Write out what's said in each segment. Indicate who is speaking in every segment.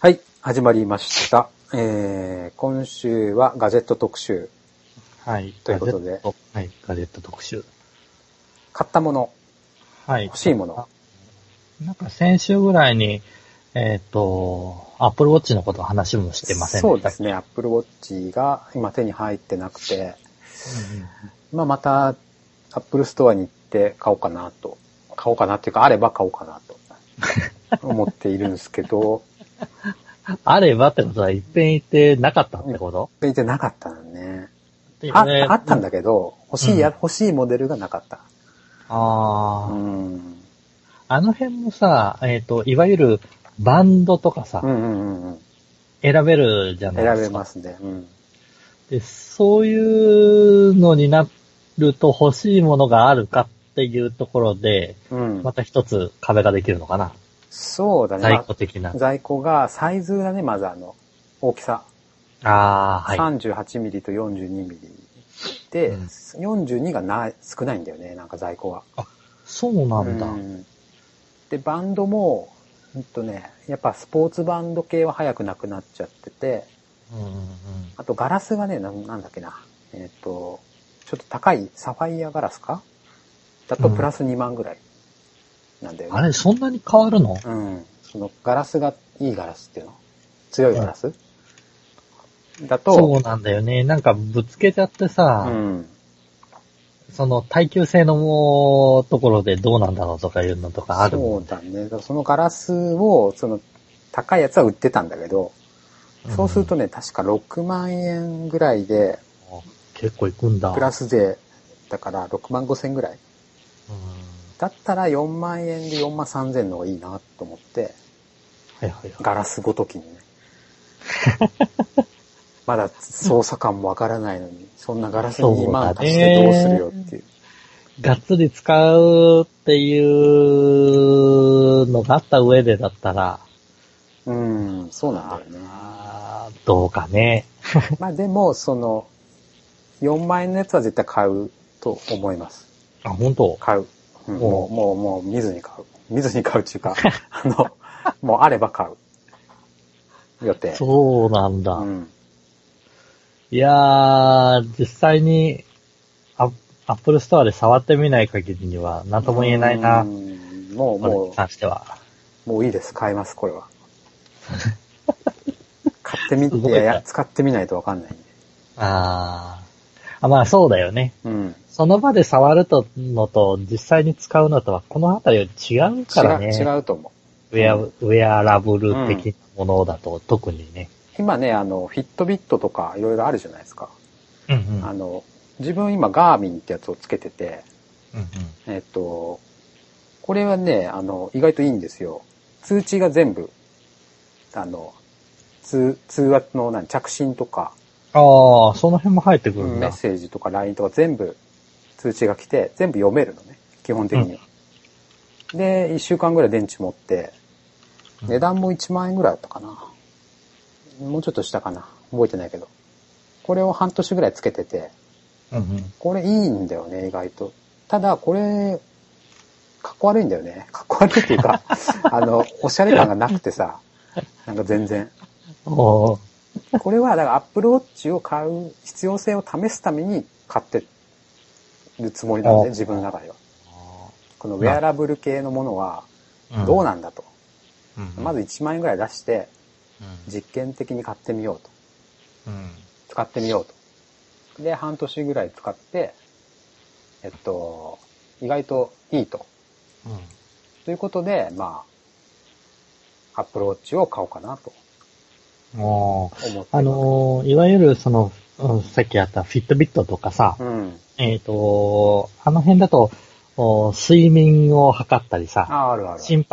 Speaker 1: はい、始まりました。えー、今週はガジェット特集。
Speaker 2: はい。
Speaker 1: ということで
Speaker 2: ガジェット。はい。ガジェット特集。
Speaker 1: 買ったもの、
Speaker 2: はい。
Speaker 1: 欲しいもの。
Speaker 2: なんか先週ぐらいに、えっ、と、アップルウォッチのことを話もしてません
Speaker 1: そうです
Speaker 2: ね。
Speaker 1: ね、Apple Watch が今手に入ってなくて、
Speaker 2: うんうん
Speaker 1: まあ、また Apple Store に行って買おうかなと。買おうかなっていうか、あれば買おうかな と思っているんですけど、
Speaker 2: あればってことは、いっぺん言ってなかったってこと、
Speaker 1: 全然なかったのね。あ
Speaker 2: あ
Speaker 1: った、あったんだけど、欲しいや、
Speaker 2: うん
Speaker 1: 欲しいモデルがなかった。
Speaker 2: あ
Speaker 1: う
Speaker 2: ー
Speaker 1: ん。
Speaker 2: あの辺もさ、えっ、と、いわゆるバンドとかさ、
Speaker 1: うんうんうんうん。
Speaker 2: 選べるじゃない
Speaker 1: 選
Speaker 2: ですか。
Speaker 1: べますね。うん。
Speaker 2: で、そういうのになると欲しいものがあるかっていうところで、
Speaker 1: うん。
Speaker 2: また一つ壁ができるのかな。
Speaker 1: そうだね。ま
Speaker 2: 在
Speaker 1: あ
Speaker 2: 庫的な。
Speaker 1: 在庫がサイズだね、まずあの、大きさ。
Speaker 2: ああ、はい。
Speaker 1: 38ミリと42ミリ。で、
Speaker 2: うん
Speaker 1: 42がない、少ないんだよね、なんか在庫は。
Speaker 2: そうなんだ。
Speaker 1: うんで、バンドも、うんとね、やっぱスポーツバンド系は早くなくなっちゃってて、
Speaker 2: うんうんうん
Speaker 1: あとガラスがね、ななんだっけな。えっ、と、ちょっと高いサファイアガラスかだとプラス2万ぐらいなんだよね。
Speaker 2: あれ、そんなに変わるの
Speaker 1: うん。そのガラスが、いいガラスっていうの強いガラス、だと、
Speaker 2: そうなんだよね。なんかぶつけちゃってさ、
Speaker 1: うん。
Speaker 2: その耐久性のもうところでどうなんだろうとかいうのとかある
Speaker 1: そ
Speaker 2: もん
Speaker 1: うだね。だからそのガラスを、その、高いやつは売ってたんだけど、そうするとね、確か6万円ぐらいで、
Speaker 2: 結構いくんだ。
Speaker 1: プラス税、だから6万5千ぐらい。
Speaker 2: うん
Speaker 1: だったら4万円で4万3千の方がいいなと思って、
Speaker 2: はいはいはい。
Speaker 1: ガラスごときにね。まだ操作感もわからないのに、そんなガラスに2万足してどうするよっていう。
Speaker 2: がっつり使うっていうのがあった上でだったら、
Speaker 1: うん、そうなんだよね。
Speaker 2: あーどうかね。
Speaker 1: まあでも、その、4万円のやつは絶対買うと思います。
Speaker 2: あ、本当
Speaker 1: 買う。うん
Speaker 2: お
Speaker 1: も
Speaker 2: う
Speaker 1: う、もう、もう見ずに買う。見ずに買うって いうか、あの、もうあれば買う。予定。
Speaker 2: そうなんだ。
Speaker 1: うん。
Speaker 2: いやー、実際に、アアップルストアで触ってみない限りには、なんとも言えないな、
Speaker 1: う
Speaker 2: こ
Speaker 1: んもう、
Speaker 2: れ
Speaker 1: も
Speaker 2: に関しては。
Speaker 1: う、もういいです。買います、これ は。買ってみ、
Speaker 2: 動い
Speaker 1: い
Speaker 2: た
Speaker 1: やいや、使ってみないとわかんないんで。
Speaker 2: あーあ。まあそうだよね。
Speaker 1: うん。
Speaker 2: その場で触るとのと、実際に使うのとは、この辺りは違う
Speaker 1: 違
Speaker 2: から
Speaker 1: う、
Speaker 2: ね。
Speaker 1: 違うと思う。
Speaker 2: ウェア、ウェアラブル的なものだと、特にね。
Speaker 1: 今ね、あの、フィットビットとかいろいろあるじゃないですか。
Speaker 2: うんう
Speaker 1: あの、自分今ガーミンってやつをつけてて、
Speaker 2: うんうん
Speaker 1: えっと、これはね、あの、意外といいんですよ。通知が全部、あの、通、通話の何、着信とか、
Speaker 2: ああ、その辺も入ってくるん
Speaker 1: メ
Speaker 2: だ
Speaker 1: ッ。セージとか LINE とか全部通知が来て、全部読めるのね、基本的には。で、1週間ぐらい電池持って、
Speaker 2: うん
Speaker 1: 値段も1万円ぐらいだったかな。もうちょっとしたかな。覚えてないけど。これを半年ぐらいつけてて、
Speaker 2: うんうん。
Speaker 1: これいいんだよね、意外と。ただ、これ、かっこ悪いんだよね。かっこ悪いっていうか、あの、おしゃれ感がなくてさ、なんか全然。
Speaker 2: おー
Speaker 1: これは、だから、アップルウォッチを買う必要性を試すために買ってるつもりなん
Speaker 2: お
Speaker 1: で、自分の中では。このウェアラブル系のものは、
Speaker 2: ん
Speaker 1: どうなんだと。
Speaker 2: うんうん
Speaker 1: まず1万円ぐらい出して、
Speaker 2: うん
Speaker 1: 実験的に買ってみようと。
Speaker 2: うん
Speaker 1: 使ってみようと。で、半年ぐらい使って、えっと、意外といいと。
Speaker 2: うん
Speaker 1: ということで、まあ、アップルウォッチを買おうかなと
Speaker 2: おー
Speaker 1: 思って。
Speaker 2: あ、のーいわゆるその、うんさっきあったフィットビットとかさ、
Speaker 1: うん。
Speaker 2: えっ、と、あの辺だと、お睡眠を測ったりさ、
Speaker 1: ああるある。
Speaker 2: 心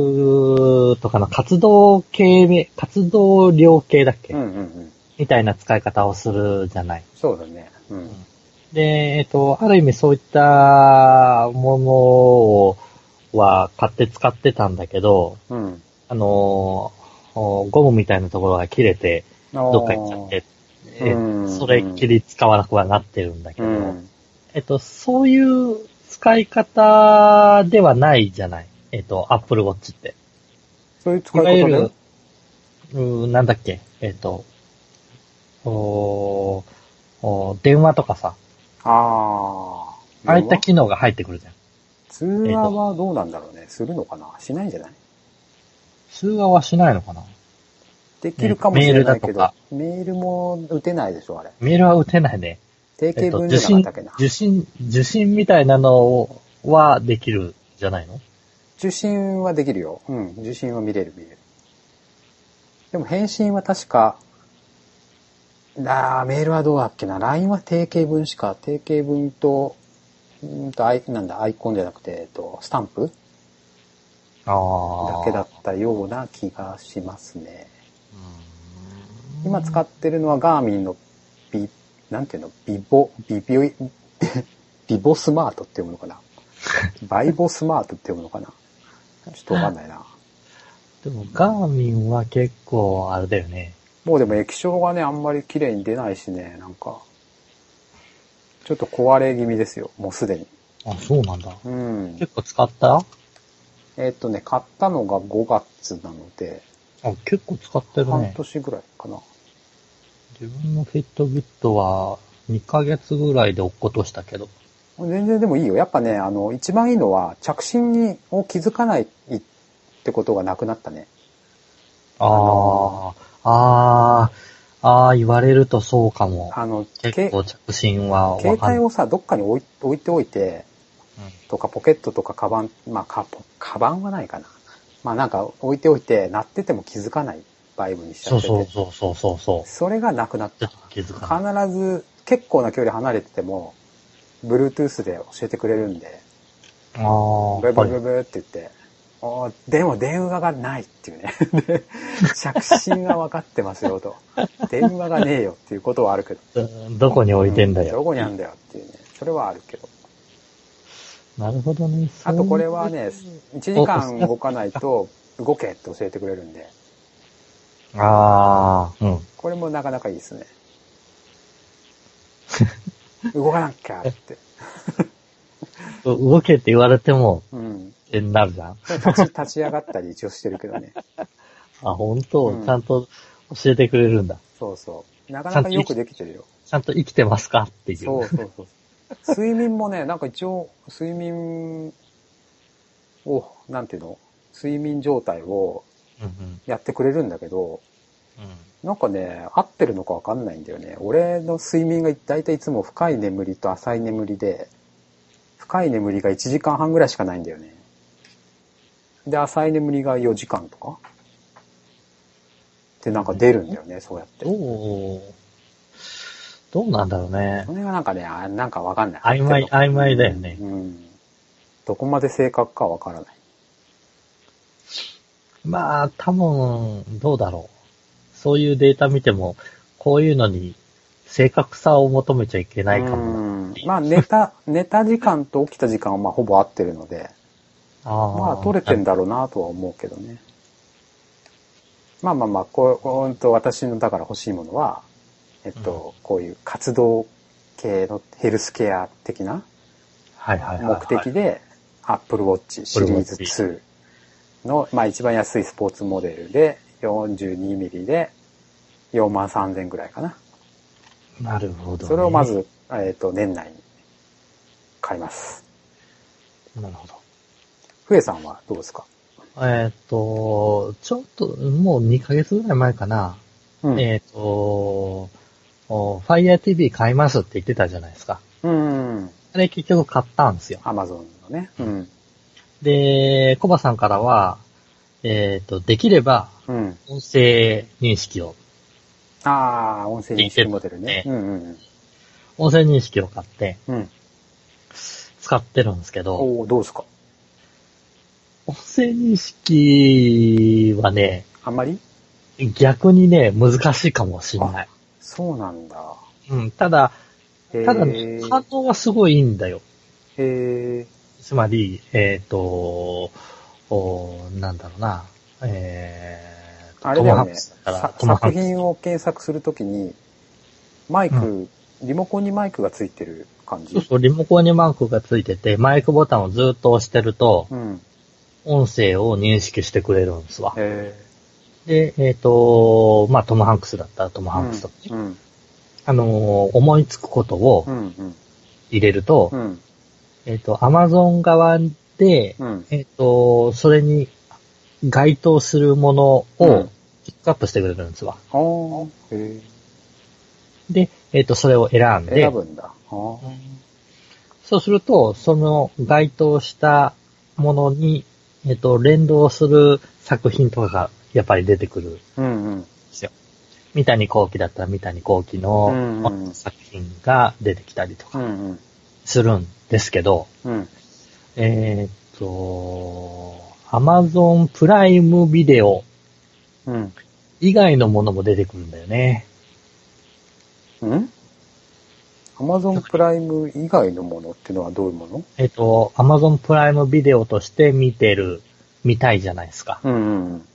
Speaker 2: 拍とかの活動系め、活動量系だっけ、
Speaker 1: うんうんうん。
Speaker 2: みたいな使い方をするじゃない。
Speaker 1: そうだね。うん。
Speaker 2: で、えっ、と、ある意味そういったものを、は買って使ってたんだけど、
Speaker 1: うん。
Speaker 2: あのーおゴムみたいなところが切れて、どっか行っちゃって、
Speaker 1: うん
Speaker 2: え
Speaker 1: うん
Speaker 2: それっきり使わなくはなってるんだけ
Speaker 1: う
Speaker 2: ど、
Speaker 1: ん。
Speaker 2: えっと、そういう使い方ではないじゃない。えっと、Apple Watch って。
Speaker 1: そういう使
Speaker 2: いわゆ
Speaker 1: い方
Speaker 2: る
Speaker 1: ね。、
Speaker 2: うーん、なんだっけ、えっ、と、おーおー電話とかさ、
Speaker 1: ああ。
Speaker 2: ああいった機能が入ってくるじゃん。
Speaker 1: 通話はどうなんだろうね。するのかなしないんじゃない
Speaker 2: 通話はしないのかな
Speaker 1: できるかもしれないけど、
Speaker 2: メールだとか
Speaker 1: メールも打てないでしょ、あれ。
Speaker 2: メールは打てないね。
Speaker 1: 定
Speaker 2: えっ
Speaker 1: 型
Speaker 2: と、
Speaker 1: 文
Speaker 2: 受
Speaker 1: じゃな
Speaker 2: 信
Speaker 1: かったっけな、。
Speaker 2: 受信、受信みたいなのはできるんじゃないの
Speaker 1: 受信はできるよ。うん、受信は見れる見れる。でも返信は確か、あーメールはどうだっけな。LINE は定型文しか、定型文と、うーんと、アイ、なんだ、アイコンじゃなくて、えっと、スタンプ
Speaker 2: あ
Speaker 1: だ
Speaker 2: あ。
Speaker 1: けだったような気がしますね。
Speaker 2: うーん。
Speaker 1: 今使ってるのはガーミンのビ、なんていうの、ビボ、 ビビオイ、ビボスマートって読むのかなバイボスマートって読むのかなちょっとわかんないな。
Speaker 2: でも、ガーミンは結構、あれだよね。
Speaker 1: もうでも液晶がね、あんまり綺麗に出ないしね、なんか、ちょっと壊れ気味ですよ、もうすでに。
Speaker 2: あ、そうなんだ。
Speaker 1: うん。
Speaker 2: 結構使った
Speaker 1: えっとね、買ったのが5月なので、
Speaker 2: あ、結構使ってる
Speaker 1: 半
Speaker 2: ね。
Speaker 1: 年ぐらいかな。
Speaker 2: 自分のフィットビットは、2ヶ月ぐらいで落っことしたけど。
Speaker 1: 全然でもいいよ。やっぱね、あの、一番いいのは、着信にを気づかないってことがなくなったね。
Speaker 2: ああ、ああ、ああ、言われるとそうかも。
Speaker 1: あの、け
Speaker 2: 結構着信はわ
Speaker 1: 携
Speaker 2: かんない。
Speaker 1: 帯をさ、どっかに置い置いておいて、とかポケットとかカバン、まあカポ、カバンはないかな。まあなんか置いておいて、鳴ってても気づかないバイブにしちゃ
Speaker 2: そう
Speaker 1: ってて。
Speaker 2: そうそうそうそうそう。
Speaker 1: それがなくなっ
Speaker 2: ち
Speaker 1: た
Speaker 2: ょっ。と気づかない。
Speaker 1: 必ず結構な距離離れてても、Bluetooth で教えてくれるんで、
Speaker 2: あ
Speaker 1: ブ
Speaker 2: あ、や
Speaker 1: ー
Speaker 2: っ
Speaker 1: ブ
Speaker 2: ぱ
Speaker 1: ー
Speaker 2: り
Speaker 1: ブーブーって言って、おーでも電話がないっていうね。で着信は分かってますよと。電話がねえよっていうことはあるけど。
Speaker 2: うんどこに置いてんだ
Speaker 1: うど
Speaker 2: よ。
Speaker 1: こにあんだよっていうね。それはあるけど。
Speaker 2: なるほどね。
Speaker 1: あとこれは
Speaker 2: そういう
Speaker 1: ね、1時間動かないと動けって教えてくれるんで、
Speaker 2: ああ、うん。
Speaker 1: これもなかなかいいですね。 動かなきゃって。
Speaker 2: 動けって言われても、
Speaker 1: うん。
Speaker 2: ってなるじゃん。
Speaker 1: 立ち立ち上がったり一応してるけどね。
Speaker 2: あ、本当、
Speaker 1: うん
Speaker 2: ちゃんと教えてくれるんだ。
Speaker 1: そうそう。なかなかよくできてるよ。
Speaker 2: ちゃんと生きてますかっていう。
Speaker 1: そうそうそう。睡眠もね、なんか一応、睡眠を、なんていうの睡眠状態を
Speaker 2: うんうん
Speaker 1: やってくれるんだけど、
Speaker 2: うん
Speaker 1: なんかね、合ってるのかわかんないんだよね。俺の睡眠が大体いつも深い眠りと浅い眠りで、深い眠りが1時間半ぐらいしかないんだよね。で、浅い眠りが4時間とかってなんか出るんだよね、そうやって。
Speaker 2: どう、どうなんだろうね
Speaker 1: そ。れがなんかね、あなんかわかんない。
Speaker 2: 曖昧
Speaker 1: 合ってるの
Speaker 2: 曖昧だよね
Speaker 1: うん。どこまで正確かわからない。
Speaker 2: まあ、多分、どうだろう。そういうデータ見ても、こういうのに正確さを求めちゃいけないかも。
Speaker 1: うんまあ、寝 た、寝た時間と起きた時間はまあほぼ合ってるので、
Speaker 2: あ
Speaker 1: まあ取れてんだろうなとは思うけどね。まあまあまあ、こう、ほんと私のだから欲しいものは、えっと、こういう活動系のヘルスケア的な
Speaker 2: はいはいはい、はい。
Speaker 1: 目的で Apple Watch シリーズ
Speaker 2: Apple
Speaker 1: 2の、まあ一番安いスポーツモデルで 42mm で4万3000ぐらいかな。
Speaker 2: なるほど、ね。
Speaker 1: それをま。ず、えっ、と、年内に買います。
Speaker 2: なるほど。
Speaker 1: ふえさんはどうですか
Speaker 2: えーっ、と、ちょっと、もう2ヶ月ぐらい前かな。
Speaker 1: うん。
Speaker 2: えーっ、と、お Fire TV 買いますって言ってたじゃないですか。
Speaker 1: うん。
Speaker 2: あれ結局買ったんですよ。
Speaker 1: アマゾンのね。うん。
Speaker 2: で、コバさんからは、えーっ、と、できれば、
Speaker 1: うん。
Speaker 2: 音声認識を、
Speaker 1: ああ、音声認識モデルね。うんうん
Speaker 2: 音声認識を買って
Speaker 1: うん。うん。
Speaker 2: 使ってるんですけど、
Speaker 1: おーどうですか
Speaker 2: 音声認識はね、
Speaker 1: あんまり
Speaker 2: 逆にね、難しいかもしれない。
Speaker 1: そうなんだ。
Speaker 2: うん、ただ、
Speaker 1: へ
Speaker 2: ただね
Speaker 1: え、
Speaker 2: 反応がすごいいいんだよ。
Speaker 1: へえ。
Speaker 2: つまり、えっ、と、おなんだろうな、えーと、
Speaker 1: あれだよ
Speaker 2: ハ
Speaker 1: ね。
Speaker 2: ンクスだった
Speaker 1: さ
Speaker 2: ら、トムハン
Speaker 1: 作
Speaker 2: クス
Speaker 1: 品を検索するときに、マイク、
Speaker 2: う
Speaker 1: リモコンにマイクがついてる感じ。
Speaker 2: そうそう、リモコンにマークがついてて、マイクボタンをずっと押してると、
Speaker 1: うん。
Speaker 2: 音声を認識してくれるんですわ。
Speaker 1: え
Speaker 2: で、えっ、と、まあ、トム・ハンクスだったらトム・ハンクスとかね、
Speaker 1: うん。
Speaker 2: あのー思いつくことを
Speaker 1: うん。うん。
Speaker 2: 入れると、
Speaker 1: うん。
Speaker 2: えっ、と、アマゾン側で、
Speaker 1: うん。
Speaker 2: えっ、と、それに該当するもの
Speaker 1: う
Speaker 2: を
Speaker 1: ん
Speaker 2: ピックアップしてくれるんですわ。
Speaker 1: あーへ
Speaker 2: で、えっ、と、それを選ん
Speaker 1: え。
Speaker 2: で
Speaker 1: 選、ぶんだ。あー
Speaker 2: そうすると、その該当したものに、えっ、と、連動する作品とかがやっぱり出てくるんで
Speaker 1: うんうん。
Speaker 2: すよ。三谷幸喜だったら三谷幸喜
Speaker 1: うんうんう
Speaker 2: の
Speaker 1: ん
Speaker 2: 作品が出てきたりと
Speaker 1: う
Speaker 2: か
Speaker 1: んうん。
Speaker 2: するんですけど、
Speaker 1: うん。
Speaker 2: えっ、と、Amazon プライムビデオ
Speaker 1: うん。
Speaker 2: 以外のものも出てくるんだよね。
Speaker 1: うんアマゾンプライム以外のものってのはどういうもの
Speaker 2: えっ、と、Amazon プライムビデオとして見てる、見たいじゃないですか。
Speaker 1: うんうんうん。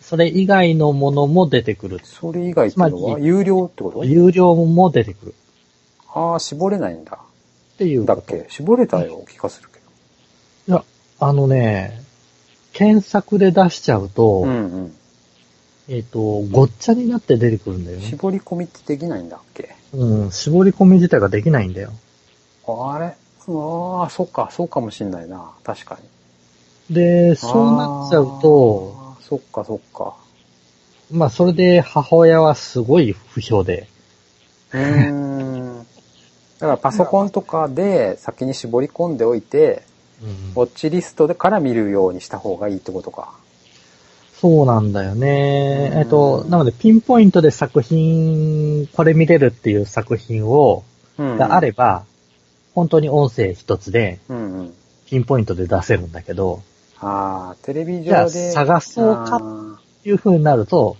Speaker 2: それ以外のものも出てくる。
Speaker 1: それ以外っていうの
Speaker 2: つま
Speaker 1: は
Speaker 2: り
Speaker 1: 有料ってこと
Speaker 2: 有料も出てくる。
Speaker 1: ああ、絞れないんだ。
Speaker 2: っていう
Speaker 1: だっけ絞れたような気がするけ
Speaker 2: あのね、検索で出しちゃうと、
Speaker 1: ど。うんうん。
Speaker 2: えっ、と、ごっちゃになって出てくるんだよね。
Speaker 1: 絞り込みってできないんだっけ
Speaker 2: うん、絞り込み自体ができないんだよ。
Speaker 1: あれああ、そっか、そうかもしんないな。確かに。
Speaker 2: で、そうなっちゃうと、
Speaker 1: あー。そっか、そっか。
Speaker 2: まあ、それで母親はすごい不評で、
Speaker 1: うーん。 だからパソコンとかで先に絞り込んでおいて、
Speaker 2: うん
Speaker 1: ウォッチリストから見るようにした方がいいってことか。
Speaker 2: そうなんだよね。
Speaker 1: うん
Speaker 2: えっと、なので、ピンポイントで作品、これ見れるっていう作品を、
Speaker 1: うん、
Speaker 2: があれば、本当に音声一つで、
Speaker 1: うんうん。
Speaker 2: ピンポイントで出せるんだけど、
Speaker 1: ああ、テレビ
Speaker 2: じゃ
Speaker 1: 上
Speaker 2: あ
Speaker 1: で。
Speaker 2: 探そうか
Speaker 1: あ
Speaker 2: っていう風になると、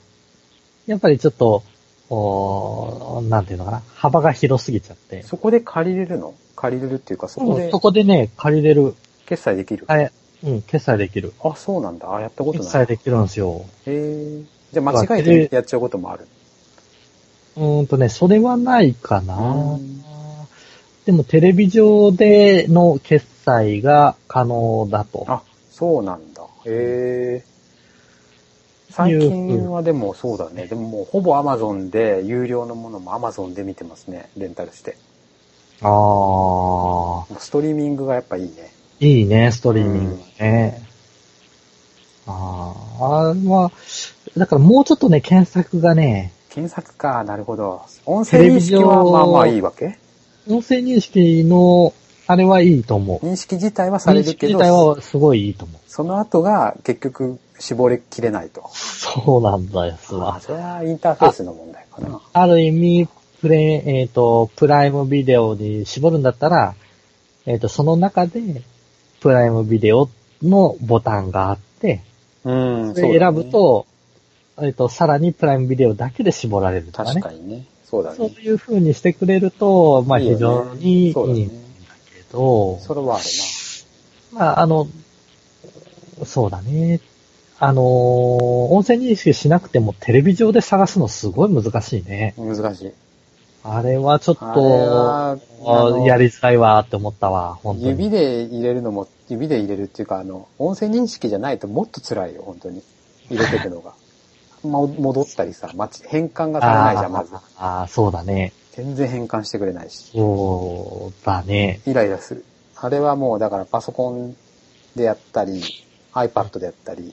Speaker 2: やっぱりちょっと、おーなんていうのかな、幅が広すぎちゃって
Speaker 1: ー。そこで借りれるの借りれるっていうか、そこ
Speaker 2: うん
Speaker 1: で
Speaker 2: そこでね、借りれる。
Speaker 1: 決済できる。
Speaker 2: あれ、うん、決済できる。
Speaker 1: あ、そうなんだ。あ、やったこと
Speaker 2: 決
Speaker 1: ない。
Speaker 2: 済
Speaker 1: へ
Speaker 2: できるんですよ。
Speaker 1: え。じゃあ間違えてやっちゃうこともある。
Speaker 2: うーんとね、それはないかな
Speaker 1: うん。
Speaker 2: でも、テレビ上での決済が可能だと。
Speaker 1: あ、そうなんだ。へえ。最近はでもそうだね。でももうほぼ Amazon で、有料のものも Amazon で見てますね。レンタルして。
Speaker 2: あー、
Speaker 1: もうストリーミングがやっぱいいね。
Speaker 2: いいね、ストリーミングね。あー、あれは、だからもうちょっとね、検索がね、
Speaker 1: 検索か、なるほど。音声認識は
Speaker 2: テレビ上
Speaker 1: まあまあいいわけ
Speaker 2: 音声認識の、あれはいいと思う。
Speaker 1: 認識自体はされるけ
Speaker 2: 認識自体
Speaker 1: ど、
Speaker 2: はすごいいいと思う。
Speaker 1: その後が結局絞れきれないと。
Speaker 2: そうなんだよ、す
Speaker 1: あ
Speaker 2: わ。
Speaker 1: それはインターフェースの問題かな。
Speaker 2: ある意味、プレイ、えっ、と、プライムビデオに絞るんだったら、えっ、と、その中で、プライムビデオのボタンがあって、
Speaker 1: うん、
Speaker 2: で選ぶと、えっ、と、さらにプライムビデオだけで絞られると
Speaker 1: そうだ
Speaker 2: かね。
Speaker 1: ね。確かにね。そうだ
Speaker 2: そう
Speaker 1: ね。
Speaker 2: いう風にしてくれると、まあ
Speaker 1: いいよ
Speaker 2: 非
Speaker 1: ね
Speaker 2: 常にいいんだ
Speaker 1: そうだね
Speaker 2: けど、
Speaker 1: それはあるな。
Speaker 2: まああの、そうだね。あのー音声認識しなくてもテレビ上で探すのすごい難しいね。
Speaker 1: 難しい。
Speaker 2: あれはちょっ
Speaker 1: あれはあ
Speaker 2: と、
Speaker 1: の
Speaker 2: やりづらいわって思ったわ、本当
Speaker 1: 指
Speaker 2: に。
Speaker 1: で入れるのも、指で入れるっていうか、あの、音声認識じゃないともっと辛いよ、本当に。入れていくのが。 も戻ったりさ、まち変換がされないじゃん、まず。
Speaker 2: ああ、そうだね。
Speaker 1: 全然変換してくれないし。
Speaker 2: そうだね。
Speaker 1: イライラする。あれはもう、だからパソコンでやったり、iPad でやったり、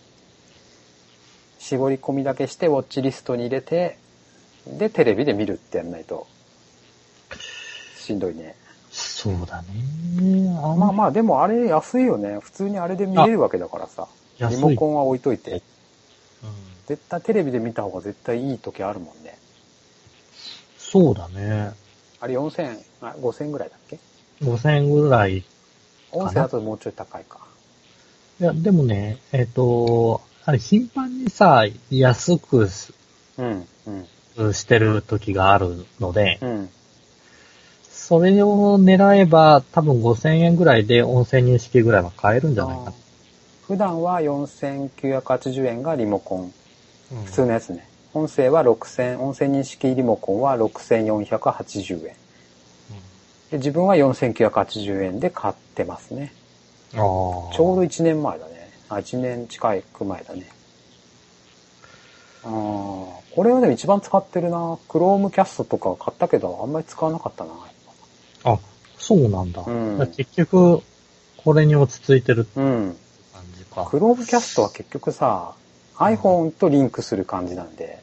Speaker 1: 絞り込みだけして、ウォッチリストに入れて、で、テレビで見るってやんないと、しんどいね。
Speaker 2: そうだね。あ
Speaker 1: まあ
Speaker 2: ん
Speaker 1: まあ、でもあれ安いよね。普通にあれで見れるわけだからさ。
Speaker 2: 安
Speaker 1: リ
Speaker 2: い
Speaker 1: モコンは置いといて。
Speaker 2: うん
Speaker 1: 絶対テレビで見た方が絶対いい時あるもんね。
Speaker 2: そうだね。
Speaker 1: あれ4000、あ5000ぐらいだっけ
Speaker 2: 5000円ぐらい。い
Speaker 1: 音声だともうちょい高いか。
Speaker 2: や、でもね、えっ、と、あれ頻繁にさ、安くす
Speaker 1: うん、うん、
Speaker 2: してる時があるので、
Speaker 1: うん。
Speaker 2: それを狙えば、多分5000円ぐらいで音声認識ぐらいは買えるんじゃないか
Speaker 1: あー普段は4980円がリモコン。
Speaker 2: な。
Speaker 1: 普通のやつね。音声は6000、音声認識リモコンは6480円。で、自分は4980円で買ってますね。
Speaker 2: うん。ああ。
Speaker 1: ちょうど1年前だね。あ、1年近く前だね。あこれはでも一番使ってるな。Chromecast とか買ったけど、あんまり使わなかったな。
Speaker 2: あ、そうなんだ。
Speaker 1: うん
Speaker 2: だから結局、これに落ち着いてるって
Speaker 1: うん。
Speaker 2: 感じか。
Speaker 1: Chromecast は結局さ、iPhone とリンクする感じなんで、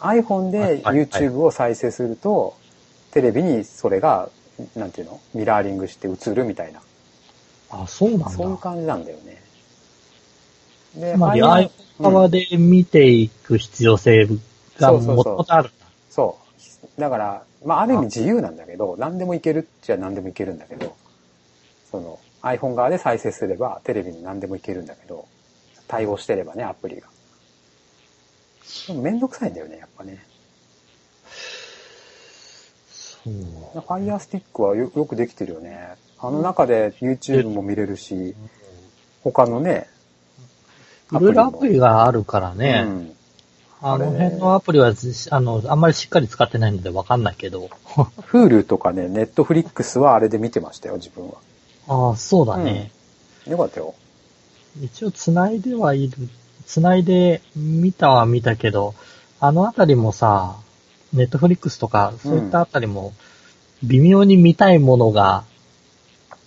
Speaker 1: iPhone
Speaker 2: はい
Speaker 1: で
Speaker 2: はいはい
Speaker 1: YouTube を再生すると、テレビにそれが、なんていうのミラーリングして映るみたいな。
Speaker 2: あ、そうなんだ。
Speaker 1: そういう感じなんだよね。で
Speaker 2: つまり、
Speaker 1: iPhone-
Speaker 2: あい側で見ていく必要性が
Speaker 1: そうそうそう
Speaker 2: もともとあるんだ。
Speaker 1: そう。だから、まあ、ある意味自由なんだけど、何でもいけるっちゃ何でもいけるんだけど、その、iPhone 側で再生すれば、テレビに何でもいけるんだけど、対応してればね、アプリが。でもめんどくさいんだよね、やっぱね。
Speaker 2: そう
Speaker 1: Fire Stick はよよくできてるよね。あの中で YouTube も見れるし、他のね、
Speaker 2: いろいろアプリ
Speaker 1: も
Speaker 2: があるからね、
Speaker 1: うん。
Speaker 2: あの辺のアプリはずあの、あんまりしっかり使ってないのでわかんないけど。
Speaker 1: Hulu とかね、Netflix はあれで見てましたよ、自分は。
Speaker 2: ああ、そうだね。
Speaker 1: よかったよ。
Speaker 2: 一応繋いではいる。繋いで見たは見たけど、あのあたりもさ、ネットフリックスとか、そういったあたりも、微妙に見たいものが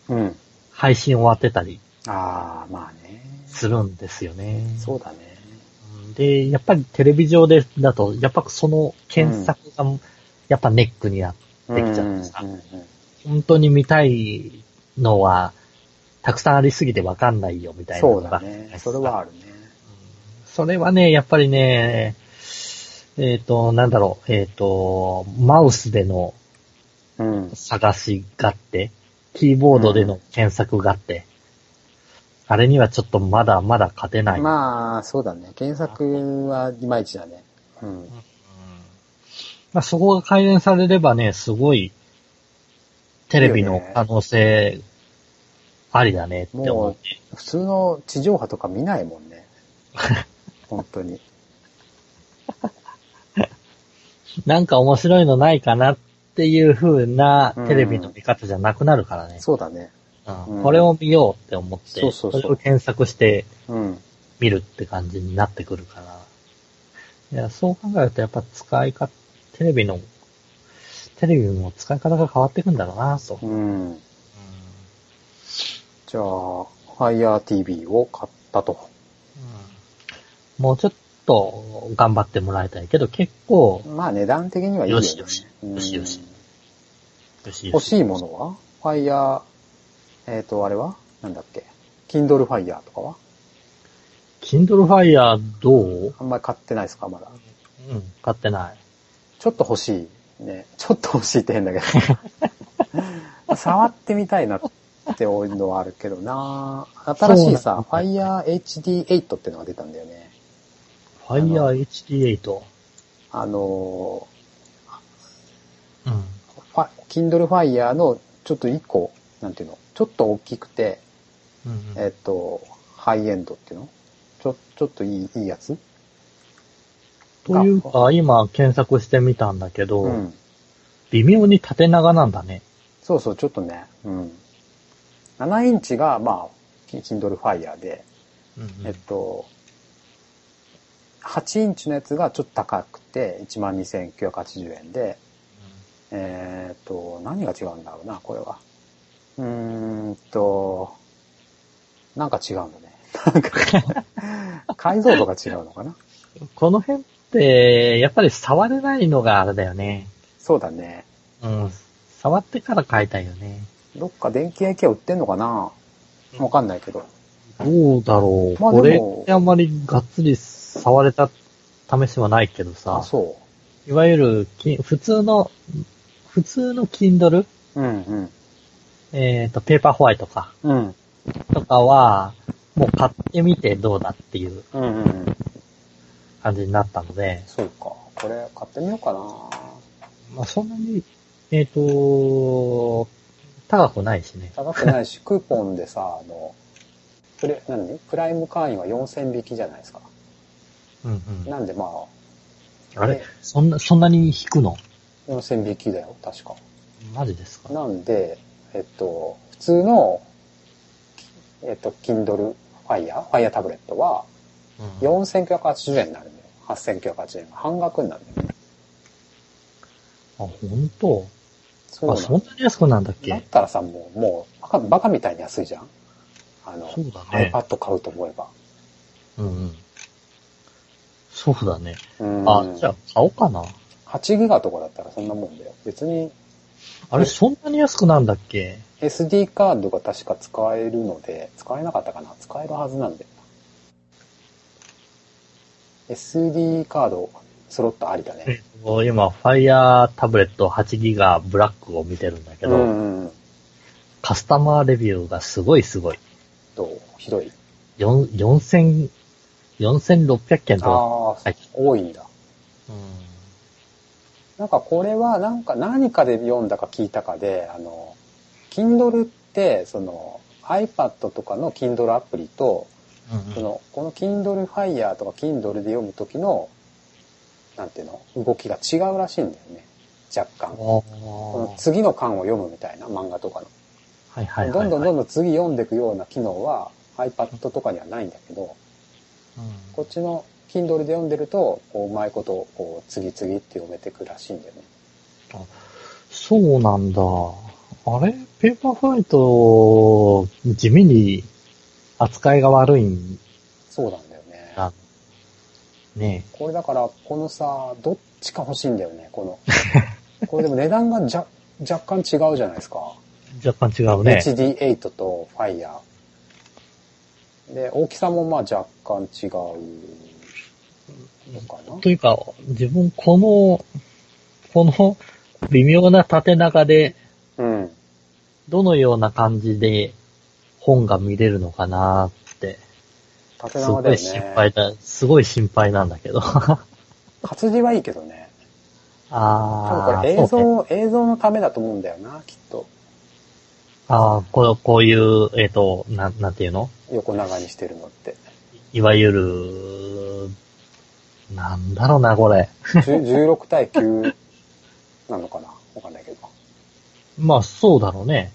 Speaker 1: うん。
Speaker 2: 配信終わってたり
Speaker 1: あー、まあね。
Speaker 2: するんですよね。
Speaker 1: そうだね。
Speaker 2: で、やっぱりテレビ上でだと、やっぱその検索が、やっぱネックになって、できちゃってさ
Speaker 1: うんうんうん
Speaker 2: 本当に見たいのは、たくさんありすぎてわかんないよ、みたいな
Speaker 1: そ
Speaker 2: の
Speaker 1: うだ
Speaker 2: が。
Speaker 1: ね。それはあるね。
Speaker 2: それはね、やっぱりね、えっ、と、なんだろう、えっ、と、マウスでの
Speaker 1: うん。
Speaker 2: 探しがあって、キーボードでの検索があって、あれにはちょっとまだまだ勝てない。
Speaker 1: まあ、そうだね。検索はいまいちだね。うん。
Speaker 2: まあ、そこが改善されればね、すごい、テレビ
Speaker 1: いい
Speaker 2: の
Speaker 1: よね
Speaker 2: 可能性、ありだねって思
Speaker 1: も
Speaker 2: う。
Speaker 1: う、普通の地上波とか見ないもん ね。本当に。
Speaker 2: なんか面白いのないかなっていう風な
Speaker 1: うん
Speaker 2: テレビの見方じゃなくなるからね。
Speaker 1: そうだね。
Speaker 2: うん
Speaker 1: うん
Speaker 2: これを見ようって思って、
Speaker 1: そうそうそう
Speaker 2: れを検索して
Speaker 1: うん。
Speaker 2: 見るって感じになってくるから。いや、そう考えるとやっぱ使い方、テレビの、テレビも使い方が変わってくんだろうなと。
Speaker 1: うん。じゃあ、Fire TV を買ったと。
Speaker 2: もうちょっと頑張ってもらいたいけど、結構、
Speaker 1: まあ、値段的にはいいよね。
Speaker 2: よしよし
Speaker 1: うん
Speaker 2: よしよし欲
Speaker 1: 欲しいものは ?Fire、えっと、あれはなんだっけ ?Kindle Fire とかは
Speaker 2: Kindle Fire どう
Speaker 1: あんまり買ってないですかまだ。
Speaker 2: うん、買ってない。
Speaker 1: ちょっと欲しい。ね。ちょっと欲しいって変だけ ど。触ってみたいなっていうのはあるけどな新しいさ、
Speaker 2: そう
Speaker 1: Fire HD8 ってのが出たんだよね。
Speaker 2: Fire HD8。
Speaker 1: あの
Speaker 2: うん。
Speaker 1: ー、ファ Kindle Fire のちょっと一個、なんていうの、ちょっと大きくて、
Speaker 2: うん
Speaker 1: えっと、ハイエンドっていうのちょ、ちょっといい、いいやつ
Speaker 2: というか、今検索してみたんだけど、
Speaker 1: うん。
Speaker 2: 微妙に縦長なんだね。
Speaker 1: そうそう、ちょっとね、うん。7インチが、まあ、Kindle Fire で、えっと、8インチのやつがちょっと高くて、12,980円で、えーっと、何が違うんだろうな、これは。うーんと、なんか違うんだね。なん か解像度が違うのかな。
Speaker 2: この辺って、やっぱり触れないのがあれだよね。
Speaker 1: そうだね。
Speaker 2: うん。触ってから買いたいよね。
Speaker 1: どっか電気 AK 売ってんのかなわかんないけど。
Speaker 2: どうだろう。
Speaker 1: まあ
Speaker 2: こ
Speaker 1: で
Speaker 2: れ
Speaker 1: も
Speaker 2: ってあんまりがっつり触れた試しはないけどさ。
Speaker 1: あ、そ
Speaker 2: いわゆるき、普通の、普通の Kindle、
Speaker 1: う。うんうん。
Speaker 2: えっ、と、ペーパーホワイトか、
Speaker 1: うん。
Speaker 2: とかは、もう買ってみてどうだっていう
Speaker 1: うんうんうん。
Speaker 2: 感じになったので、
Speaker 1: そうか。これ買ってみようかな。
Speaker 2: まあそんなに、えっ、と、高くないしね。
Speaker 1: 高くないし、 クーポンでさ、あの、プレ、何プライム会員は4000引きじゃないですか。
Speaker 2: うんうん。
Speaker 1: なんでま
Speaker 2: あれ
Speaker 1: え
Speaker 2: そんな、そんなに引くの
Speaker 1: あ、4000引きだよ、確か。
Speaker 2: マジですか
Speaker 1: なんで、えっと、普通の、えっと、Kindle Fire、Fire タブレットは
Speaker 2: うん
Speaker 1: 4980円になるんだよ。 8980円が半額になるんだよね。
Speaker 2: あ、本当
Speaker 1: そうな
Speaker 2: あ、
Speaker 1: の
Speaker 2: そんなに安くなんだっ
Speaker 1: だっ
Speaker 2: け
Speaker 1: たらさ、もう、もう、バカ、バカみたいに安いじゃんあの、
Speaker 2: そうだね。
Speaker 1: iPad 買うと思えば。
Speaker 2: うんうん。そうだね。
Speaker 1: うん
Speaker 2: あ、じゃあ買おうかな。
Speaker 1: 8ギガとかだったらそんなもんだよ。別に
Speaker 2: あれ、そんなに安くなんだっけ
Speaker 1: SD カードが確か使えるので、使えなかったかな使えるはずなんだよな。SD カード、スロットありだ
Speaker 2: え
Speaker 1: ね。
Speaker 2: っと今、Fire タブレット8ギガブラックを見てるんだけ
Speaker 1: う
Speaker 2: ど、
Speaker 1: んうんうん。
Speaker 2: カスタマーレビューがすごいすごい。
Speaker 1: どうひどい。
Speaker 2: 4 4000 4600件と
Speaker 1: あ
Speaker 2: か。
Speaker 1: あ、
Speaker 2: はい
Speaker 1: 多いんだ。
Speaker 2: うん
Speaker 1: なんかこれはなんか何かで読んだか聞いたかで、あの、Kindle って、その iPad とかの Kindle アプリと、
Speaker 2: うん
Speaker 1: その、この Kindle Fire とか Kindle で読む時の、なんていうの、動きが違うらしいんだよね。若干。この
Speaker 2: おー
Speaker 1: 次の巻を読むみたいな漫画とかの。
Speaker 2: はいはいはいはい。
Speaker 1: どんどんどんどん次読んでいくような機能は iPad とかにはないんだけど、
Speaker 2: うん
Speaker 1: こっちの Kindle で読んでると、こう、うまいこと、こう、次々って読めてくらしいんだよね。
Speaker 2: そうなんだ。あれペーパーフライト、地味に扱いが悪いん
Speaker 1: そうなんだよね。
Speaker 2: だ。ね
Speaker 1: これだから、このさ、どっちか欲しいんだよね、こ の。これでも値段がじゃ若干違うじゃないですか。
Speaker 2: え。若干違うね。
Speaker 1: HD8 と Fire。で、大きさもまあ若干違うのかな
Speaker 2: というか、自分この、この微妙な縦長で、
Speaker 1: うん。
Speaker 2: どのような感じで本が見れるのかなって、
Speaker 1: 縦
Speaker 2: す
Speaker 1: 長
Speaker 2: ご
Speaker 1: だよ
Speaker 2: い心配
Speaker 1: ね。
Speaker 2: だ、すごい心配なんだけど。 あ
Speaker 1: 活字はいいけどね。多分
Speaker 2: あ
Speaker 1: これ
Speaker 2: ー、
Speaker 1: 映
Speaker 2: そうね。
Speaker 1: 像、映像のためだと思うんだよな、きっと。
Speaker 2: ああ、こうこういう、えっ、と、なん、なんていうの
Speaker 1: 横長にしてるのって。
Speaker 2: いわゆる、なんだろうな、これ。
Speaker 1: 10 16対9なのかなわかんないけど。
Speaker 2: まあ、そうだろうね。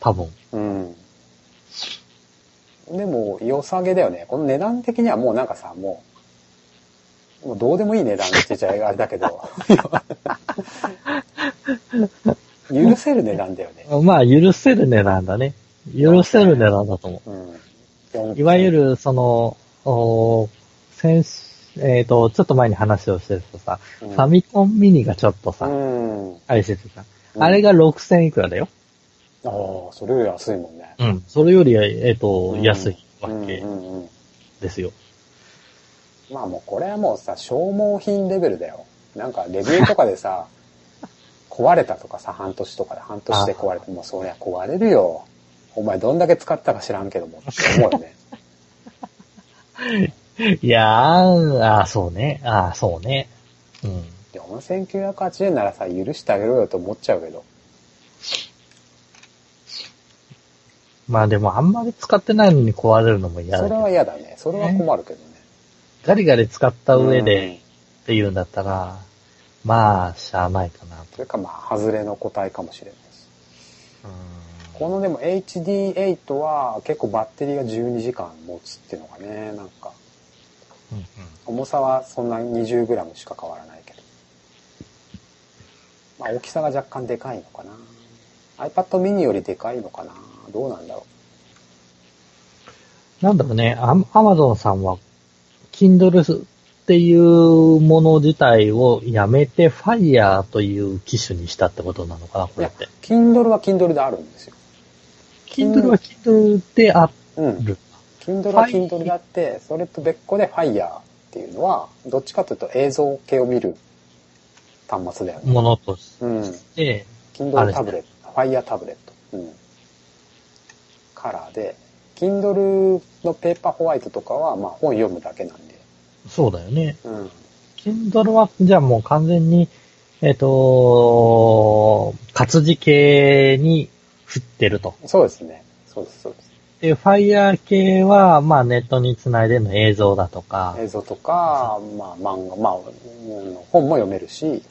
Speaker 2: 多分。
Speaker 1: うん。でも、良さげだよね。この値段的にはもうなんかさ、もう、もうどうでもいい値段にしてちゃあれだけど。 許せる値段だよね。
Speaker 2: まあ、許せる値段だね。許せる値段だと思
Speaker 1: うん4
Speaker 2: う。いわゆ、る、その、おー先週、えっ、と、ちょっと前に話をしてるとさ、
Speaker 1: うん
Speaker 2: ファミコンミニがちょっとさ、
Speaker 1: うん。
Speaker 2: あれしててさ、あれが6000いくらだよ。
Speaker 1: ああ、それより安いもんね。
Speaker 2: うん。それより、えっ、と、安いわけ
Speaker 1: うんうんうん
Speaker 2: ですよ。
Speaker 1: まあもうこれはもうさ、消耗品レベルだよ。なんかレビューとかでさ、 壊れたとかさ、半年とかで、半年で壊れて、もうそりゃ壊れるよ。お前どんだけ使ったか知らんけどもって思うよ ね。
Speaker 2: いやー、あーそうね。あーそうね。うん。
Speaker 1: 4980円ならさ、許してあげろよと思っちゃうけど。
Speaker 2: まあでもあんまり使ってないのに壊れるのも嫌
Speaker 1: そ
Speaker 2: だ
Speaker 1: れ
Speaker 2: けど
Speaker 1: は嫌だね。それは困るけどね。
Speaker 2: ガリガリ使った上でっていうんだったら、まあ、しゃあないかな
Speaker 1: そ
Speaker 2: と。
Speaker 1: れかまあ、外れの個体かもしれないし。
Speaker 2: うん
Speaker 1: このでも HD8 は結構バッテリーが12時間持つっていうのがね、なんか、
Speaker 2: うんうん
Speaker 1: 重さはそんな 20g しか変わらないけど。まあ大きさが若干でかいのかな。iPad mini よりでかいのかな。どうなんだろ
Speaker 2: なんだろうね、アマアマゾンさんは、Kindle っていうもの自体をやめて Fire という機種にしたってことなのかな、こ
Speaker 1: う。い
Speaker 2: れっ
Speaker 1: や
Speaker 2: て。、
Speaker 1: Kindle は Kindle であるんですよ。
Speaker 2: Kindle は Kindle であ
Speaker 1: うん。
Speaker 2: る。
Speaker 1: Kindle は
Speaker 2: はい
Speaker 1: Kindle であって、それと別個で Fire っていうのは、どっちかというと映像系を見る端末だよね。
Speaker 2: ものとし
Speaker 1: うん。
Speaker 2: て、あ
Speaker 1: Kindle
Speaker 2: れ
Speaker 1: タブレット、Fire タブレット。うん。カラーで、Kindle のペーパーホワイトとかは、まあ本読むだけなんで。
Speaker 2: そうだよね。
Speaker 1: うん。
Speaker 2: Kindle は、じゃあもう完全に、えっ、と、活字系に振ってると。
Speaker 1: そうですね。そうです、そうです。
Speaker 2: で、Fire 系は、まあネットにつないでの映像だとか、
Speaker 1: 映像とか、まあ漫画、まあ、うん本も読めるし、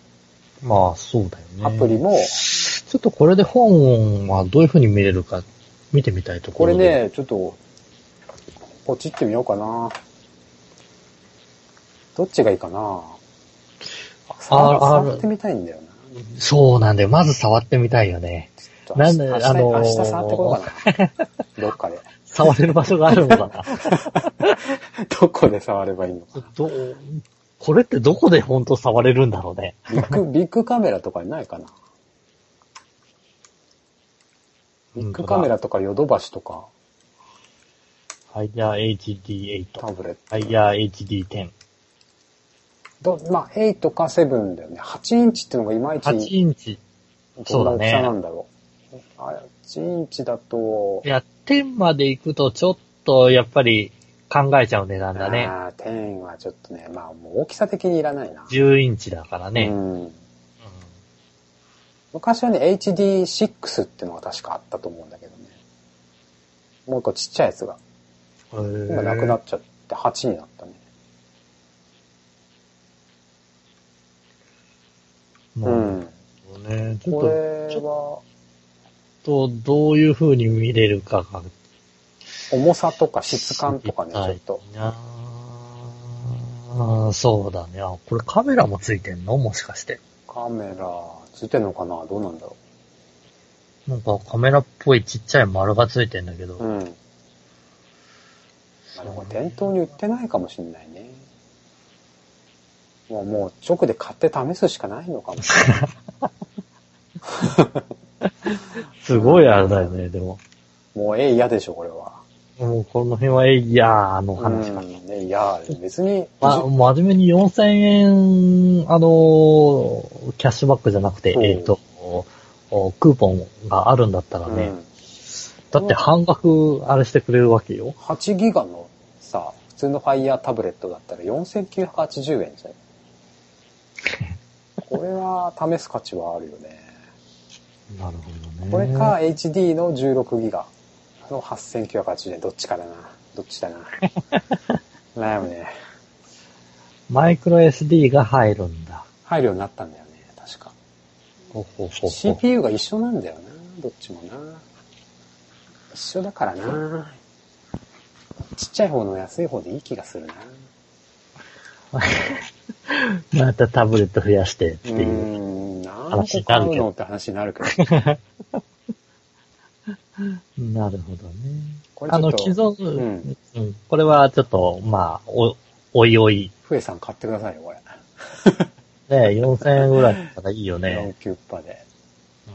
Speaker 2: まあそうだよ
Speaker 1: ア
Speaker 2: ね。
Speaker 1: プリも、
Speaker 2: ちょっとこれで本はどういう風に見れるか見てみたいとこ
Speaker 1: こ
Speaker 2: ろ
Speaker 1: れ
Speaker 2: で。。
Speaker 1: ね、ちょっと、ポチってみようかな。どっちがいいかな
Speaker 2: あ
Speaker 1: 触
Speaker 2: あ
Speaker 1: 触ってみたいんだよな。
Speaker 2: そうなんだよ。まず触ってみたいよね。
Speaker 1: ちょっと明日
Speaker 2: な
Speaker 1: 明
Speaker 2: んだ
Speaker 1: 日
Speaker 2: あのー
Speaker 1: 明日触ってこようか な。どっかで。
Speaker 2: 触れる場所があるのかな。
Speaker 1: どこで触ればいいのか。
Speaker 2: どうこれってどこで本当触れるんだろうね。
Speaker 1: ビッグ、ビッグカメラとかにないかな。ビッグカメラとかヨドバシとか、
Speaker 2: ファイヤー HD8。
Speaker 1: タブレッ
Speaker 2: ファイヤー HD10。
Speaker 1: ト。どまあ、8か7だよね。8インチってのがいまい
Speaker 2: 8
Speaker 1: ち、
Speaker 2: インチ。
Speaker 1: どんな大きさ
Speaker 2: そうだね
Speaker 1: なんだろう。あ8インチだと
Speaker 2: い、や、10まで行くとちょっとやっぱり考えちゃう値段だね。
Speaker 1: あー10はちょっとね、まあもう大きさ的にいらないな。
Speaker 2: 10インチだからね。
Speaker 1: う
Speaker 2: うん
Speaker 1: ん昔はね、HD6 ってのが確かあったと思うんだけどね。もう一個ちっちゃいやつが。今なくな
Speaker 2: っ
Speaker 1: っちゃって8になったね。
Speaker 2: も
Speaker 1: う。
Speaker 2: うんね、ちょ
Speaker 1: こ
Speaker 2: っ
Speaker 1: れ
Speaker 2: と、
Speaker 1: は、
Speaker 2: とどういう風に見れるかが。
Speaker 1: 重さとか質感とかね、ちょっと。。
Speaker 2: あーそうだね。あ、これカメラもついてんのもしかして。
Speaker 1: カメラ、ついてんのかなどうなんだろ
Speaker 2: なんかカメラっぽいちっちゃい丸がついてんだけど。
Speaker 1: う。うん。まあでも店頭に売ってないかもしんないね。もう、もう直で買って試すしかないの かもしれない。
Speaker 2: すごいあれだよね、でも。
Speaker 1: もう、えい、嫌でしょ、これは。
Speaker 2: もうこの辺はエイヤーの話か。
Speaker 1: うんね、いや、別に、
Speaker 2: まあ、真面目に4000円、あのーキャッシュバックじゃなくて
Speaker 1: う、ん
Speaker 2: えっ、と、おクーポンがあるんだったら
Speaker 1: う
Speaker 2: ね、
Speaker 1: ん
Speaker 2: だって半額あれしてくれるわけよ。
Speaker 1: 8ギガのさ、普通の Fire タブレットだったら4980円じゃ ん。これは試す価値はあるよね。
Speaker 2: なるほどね。
Speaker 1: これか HD の16ギガの8980円。どっちかだな。どっち だな。悩むね。
Speaker 2: マイクロ SD が入るんだ。
Speaker 1: 入るようになったんだよね。確か。
Speaker 2: ほほほほ。
Speaker 1: CPU が一緒なんだよな。どっちもな。一緒だからな。ちっちゃい方の安い方でいい気がするな。
Speaker 2: またタブレット増やしてって
Speaker 1: う
Speaker 2: いう。
Speaker 1: ーん、何
Speaker 2: 話
Speaker 1: 個
Speaker 2: にな
Speaker 1: 買
Speaker 2: る
Speaker 1: う
Speaker 2: けど
Speaker 1: のって話になるけど。
Speaker 2: なるほどね。
Speaker 1: これち
Speaker 2: あ
Speaker 1: ょっ
Speaker 2: の、
Speaker 1: と
Speaker 2: 既存、
Speaker 1: ん
Speaker 2: うんこれはちょっと、まあ、お、おいおい。
Speaker 1: ふえさん買ってくださいよ、これ。
Speaker 2: ね、4000円ぐらいだったらいいよね。
Speaker 1: 4キュッパで。
Speaker 2: うん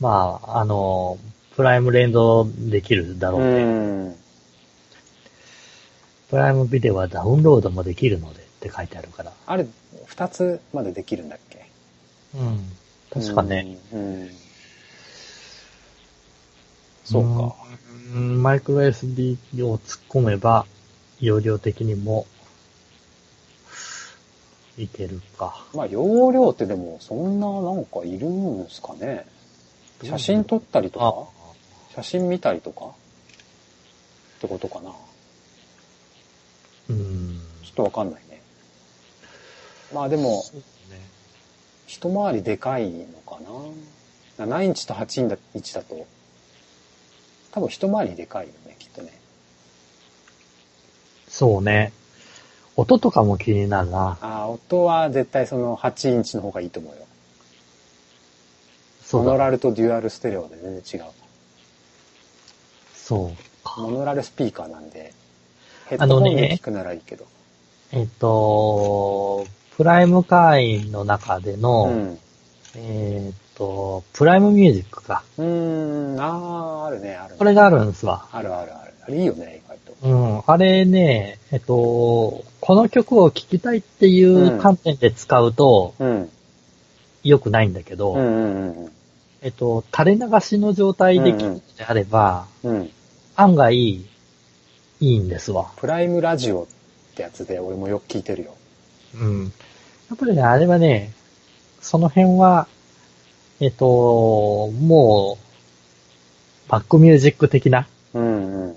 Speaker 2: まあ、あの、プライム連動できるだ
Speaker 1: う
Speaker 2: ろうね。
Speaker 1: ーん。
Speaker 2: プライムビデオはダウンロードもできるのでって書いてあるから。
Speaker 1: あれ、2つまでできるんだっけ
Speaker 2: うん。確かね。。
Speaker 1: うん。うんそうか。
Speaker 2: うん。マイクロ SD を突っ込めば、容量的にも、いけるか。
Speaker 1: まあ、容量ってでも、そんななんかいるんですかね。写真撮ったりと
Speaker 2: あ
Speaker 1: か、写真見たりとかってことかな。
Speaker 2: うん。
Speaker 1: ちょっとわかんないね。まあでも、
Speaker 2: そうね
Speaker 1: 一回りでかいのかな。7インチと8インチだと、多分一回りでかいよね、きっとね。
Speaker 2: そうね。音とかも気になるな。
Speaker 1: ああ、音は絶対その8インチの方がいいと思うよ。
Speaker 2: そ
Speaker 1: モ
Speaker 2: う
Speaker 1: ノ
Speaker 2: だ。
Speaker 1: ラルとデュアルステレオで全然違う。
Speaker 2: そうか。
Speaker 1: モノラルスピーカーなんで、ヘッ
Speaker 2: あ
Speaker 1: ド
Speaker 2: の
Speaker 1: ホ
Speaker 2: ね
Speaker 1: ンで聞くならいいけど。
Speaker 2: えっと、プライム会員の中での、
Speaker 1: うん。
Speaker 2: えーっと、プライムミュージックか。
Speaker 1: うーん、ああ、あるね、あるね、
Speaker 2: これがあるんですわ。
Speaker 1: あるあるある。あれいいよね、意外と。
Speaker 2: うん。あれね、えっと、この曲を聴きたいっていう観点で使うと
Speaker 1: うん。
Speaker 2: 良くないんだけど、
Speaker 1: うんうんうん
Speaker 2: えっと、垂れ流しの状態で聴くのであれば、
Speaker 1: うん。うん。
Speaker 2: 案外いいんですわ。
Speaker 1: プライムラジオってやつで俺もよく聞いてるよ。
Speaker 2: うん。やっぱりね、あれはね、その辺は、えっと、もう、バックミュージック的な
Speaker 1: うんうん。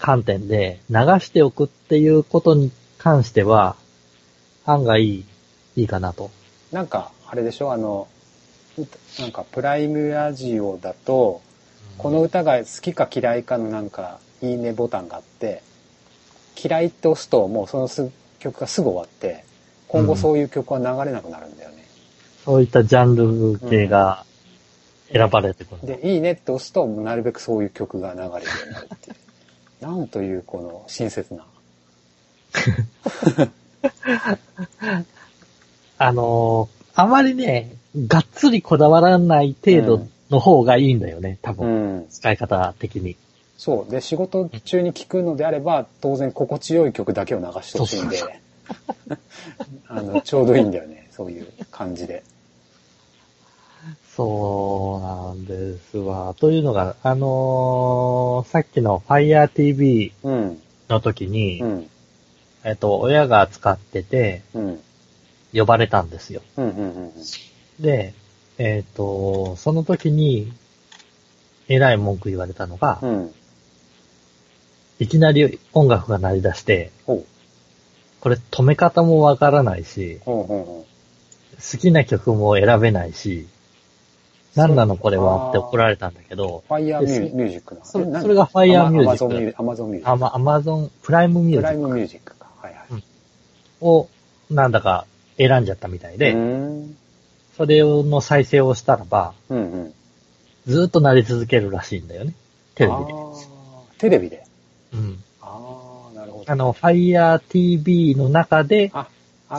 Speaker 2: 観点で流しておくっていうことに関しては、案外いいかなと。
Speaker 1: なんか、あれでしょあの、うなんか、プライムラジオだと、この歌が好きか嫌いかのなんか、いいねボタンがあって、嫌いって押すと、もうそのす曲がすぐ終わって、今後そういう曲は流れなくなるんだよね。
Speaker 2: そういったジャンル系が選ばれてくる。
Speaker 1: で、いいねって押すと、なるべくそういう曲が流れるようになるっていう。 なんというこの親切な。
Speaker 2: あのーあまりね、がっつりこだわらない程度の方がいいんだよね、多
Speaker 1: う
Speaker 2: 分。
Speaker 1: ん。
Speaker 2: 使い方的に。
Speaker 1: そう。で、仕事中に聴くのであれば、当然心地よい曲だけを流してほしいんで
Speaker 2: そう、
Speaker 1: あの、ちょうどいいんだよね。そういう感じで。
Speaker 2: そうなんですわ。というのが、あのーさっきの Fire TV
Speaker 1: うん。
Speaker 2: の時に、
Speaker 1: うん。
Speaker 2: えっと、親が使ってて、
Speaker 1: うん。
Speaker 2: 呼ばれたんですよ。
Speaker 1: うん。うん。
Speaker 2: で、えっ、と、その時に、えらい文句言われたのが、
Speaker 1: うん。うん。
Speaker 2: いきなり音楽が鳴り出して、
Speaker 1: ほう。
Speaker 2: これ止め方もわからないし、
Speaker 1: ほうほうほ
Speaker 2: 好きな曲も選べないし、何なのこれはって
Speaker 1: あー
Speaker 2: 怒られたんだけど、
Speaker 1: う。ファイアミ
Speaker 2: で
Speaker 1: ュー
Speaker 2: そ
Speaker 1: ミュージックな。
Speaker 2: それ
Speaker 1: え何
Speaker 2: それが Fire
Speaker 1: アマ
Speaker 2: Music
Speaker 1: アマゾンミュージッ
Speaker 2: あま、アマゾンプライムミ
Speaker 1: ク。
Speaker 2: ュ
Speaker 1: プラ
Speaker 2: ー
Speaker 1: イ
Speaker 2: ジッ
Speaker 1: ムミュージックか。はいはい。
Speaker 2: クを、なんだか選んじゃったみたいで、
Speaker 1: うーん。
Speaker 2: それの再生をしたらば、
Speaker 1: うんうん。
Speaker 2: ずーっと鳴り続けるらしいんだよね。テレビで。
Speaker 1: あーテレビで。
Speaker 2: うん。
Speaker 1: ああ、なるほど
Speaker 2: あ。の、Fire TV の中で、
Speaker 1: あ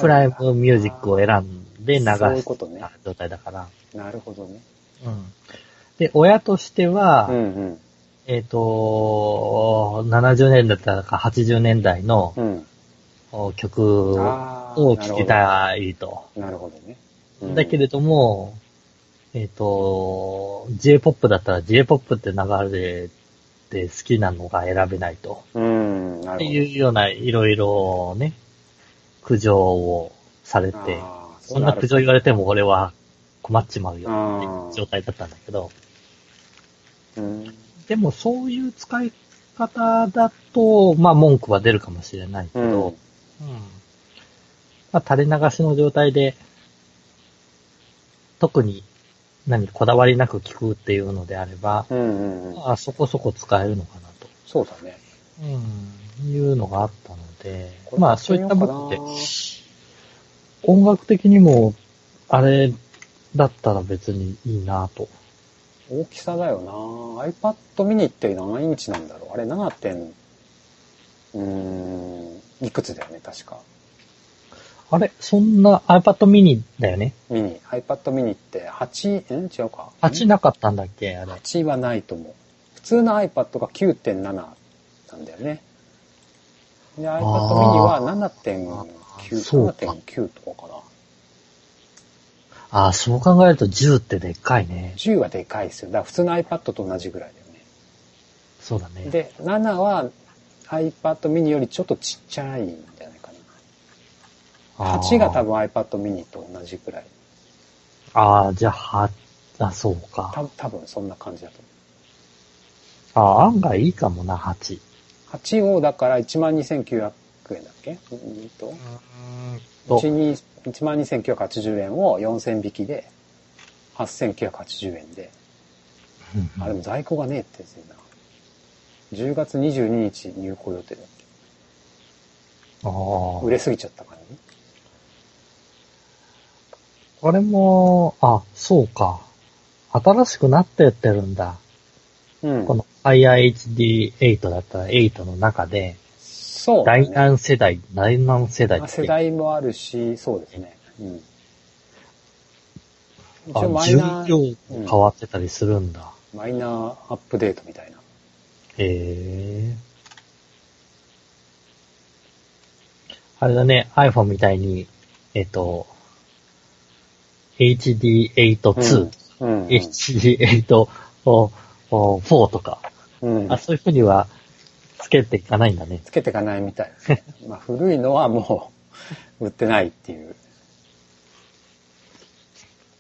Speaker 2: プライムミュージックを選んで流
Speaker 1: あーそういう
Speaker 2: し
Speaker 1: ことね
Speaker 2: た状態だから。
Speaker 1: なるほどね。
Speaker 2: うん。で、親としては、
Speaker 1: うんうん。
Speaker 2: えっ、と、70年代だったか80年代の
Speaker 1: うん。
Speaker 2: 曲を
Speaker 1: あー
Speaker 2: 聴きたいと。
Speaker 1: なるほどね。うん
Speaker 2: だけれども、えっ、と、J-POP だったら J-POP って流れで好きなのが選べないと。
Speaker 1: うん、な
Speaker 2: っ
Speaker 1: る
Speaker 2: て
Speaker 1: ほ
Speaker 2: いうようないろいろね、苦情をされ
Speaker 1: ど。
Speaker 2: て、
Speaker 1: あー
Speaker 2: そんな苦情言われても俺は困っちまうよっていう状態だったんだけど、
Speaker 1: うん。
Speaker 2: でもそういう使い方だと、まあ文句は出るかもしれないけ
Speaker 1: うん
Speaker 2: ど、うんまあ垂れ流しの状態で、特に何こだわりなく聞くっていうのであれば、
Speaker 1: うんうんうん。
Speaker 2: まあそこそこ使えるのかなと、
Speaker 1: そうだね。
Speaker 2: うん、いうのがあったので、
Speaker 1: これ
Speaker 2: まあそういった部分で、
Speaker 1: 買ってみよ
Speaker 2: 音楽的にも、あれだったら別にいいなと。
Speaker 1: 大きさだよな iPad mini って何インチなんだろうあれ 7. 点、うーん、いくつだよね、確か。
Speaker 2: あれそんな iPad mini だよね
Speaker 1: ミニ。iPad mini って8、ん違うか。
Speaker 2: ?8 なかったんだっけあれ。
Speaker 1: 8はないと思う。普通の iPad が9.7なんだよね。で、iPad mini は7.9、
Speaker 2: そうか
Speaker 1: 7.9とかかな。
Speaker 2: ああ、そう考えると10ってでっかいね。
Speaker 1: 10はでかいですよ。だから普通の iPad と同じぐらいだよね。
Speaker 2: そうだね。
Speaker 1: で、7は iPad mini よりちょっとちっちゃいんじゃないかな。
Speaker 2: あー
Speaker 1: 8が多。分 iPad mini と同じぐらい。
Speaker 2: ああ、じゃあ、は、あ、そうか。
Speaker 1: た多分そんな感じだと思
Speaker 2: ああ、案外いいかもな、8。
Speaker 1: う。8をだから12,900円だっけうんと。
Speaker 2: と、
Speaker 1: 12 12,980円を4,000引きで、8,980円で。
Speaker 2: うん
Speaker 1: あ、でも在庫がねえってやつだな。10月22日入庫予定だっけ
Speaker 2: あ
Speaker 1: 売
Speaker 2: ー
Speaker 1: れすぎちゃったからね。
Speaker 2: これも、あ、そうか。新しくなってってるんだ。
Speaker 1: うん。
Speaker 2: この IIHD8 だったら8の中で、
Speaker 1: そうだね、
Speaker 2: 第何世代、第何世代
Speaker 1: まあ
Speaker 2: って
Speaker 1: 世代もあるし、そうですね。うん。一
Speaker 2: あ
Speaker 1: 応マイ
Speaker 2: 重
Speaker 1: ナー、
Speaker 2: 量変わってたりするんだ。
Speaker 1: マイナーアップデートみたいな。
Speaker 2: へえ。あれだね、iPhone みたいに、えっと、HD82、
Speaker 1: うん。
Speaker 2: HD84 おお4とか、
Speaker 1: うん。
Speaker 2: あ、そういう風にはつけていかないんだね。
Speaker 1: つけていかないみたいですね。まあ古いのはもう売ってないっていう。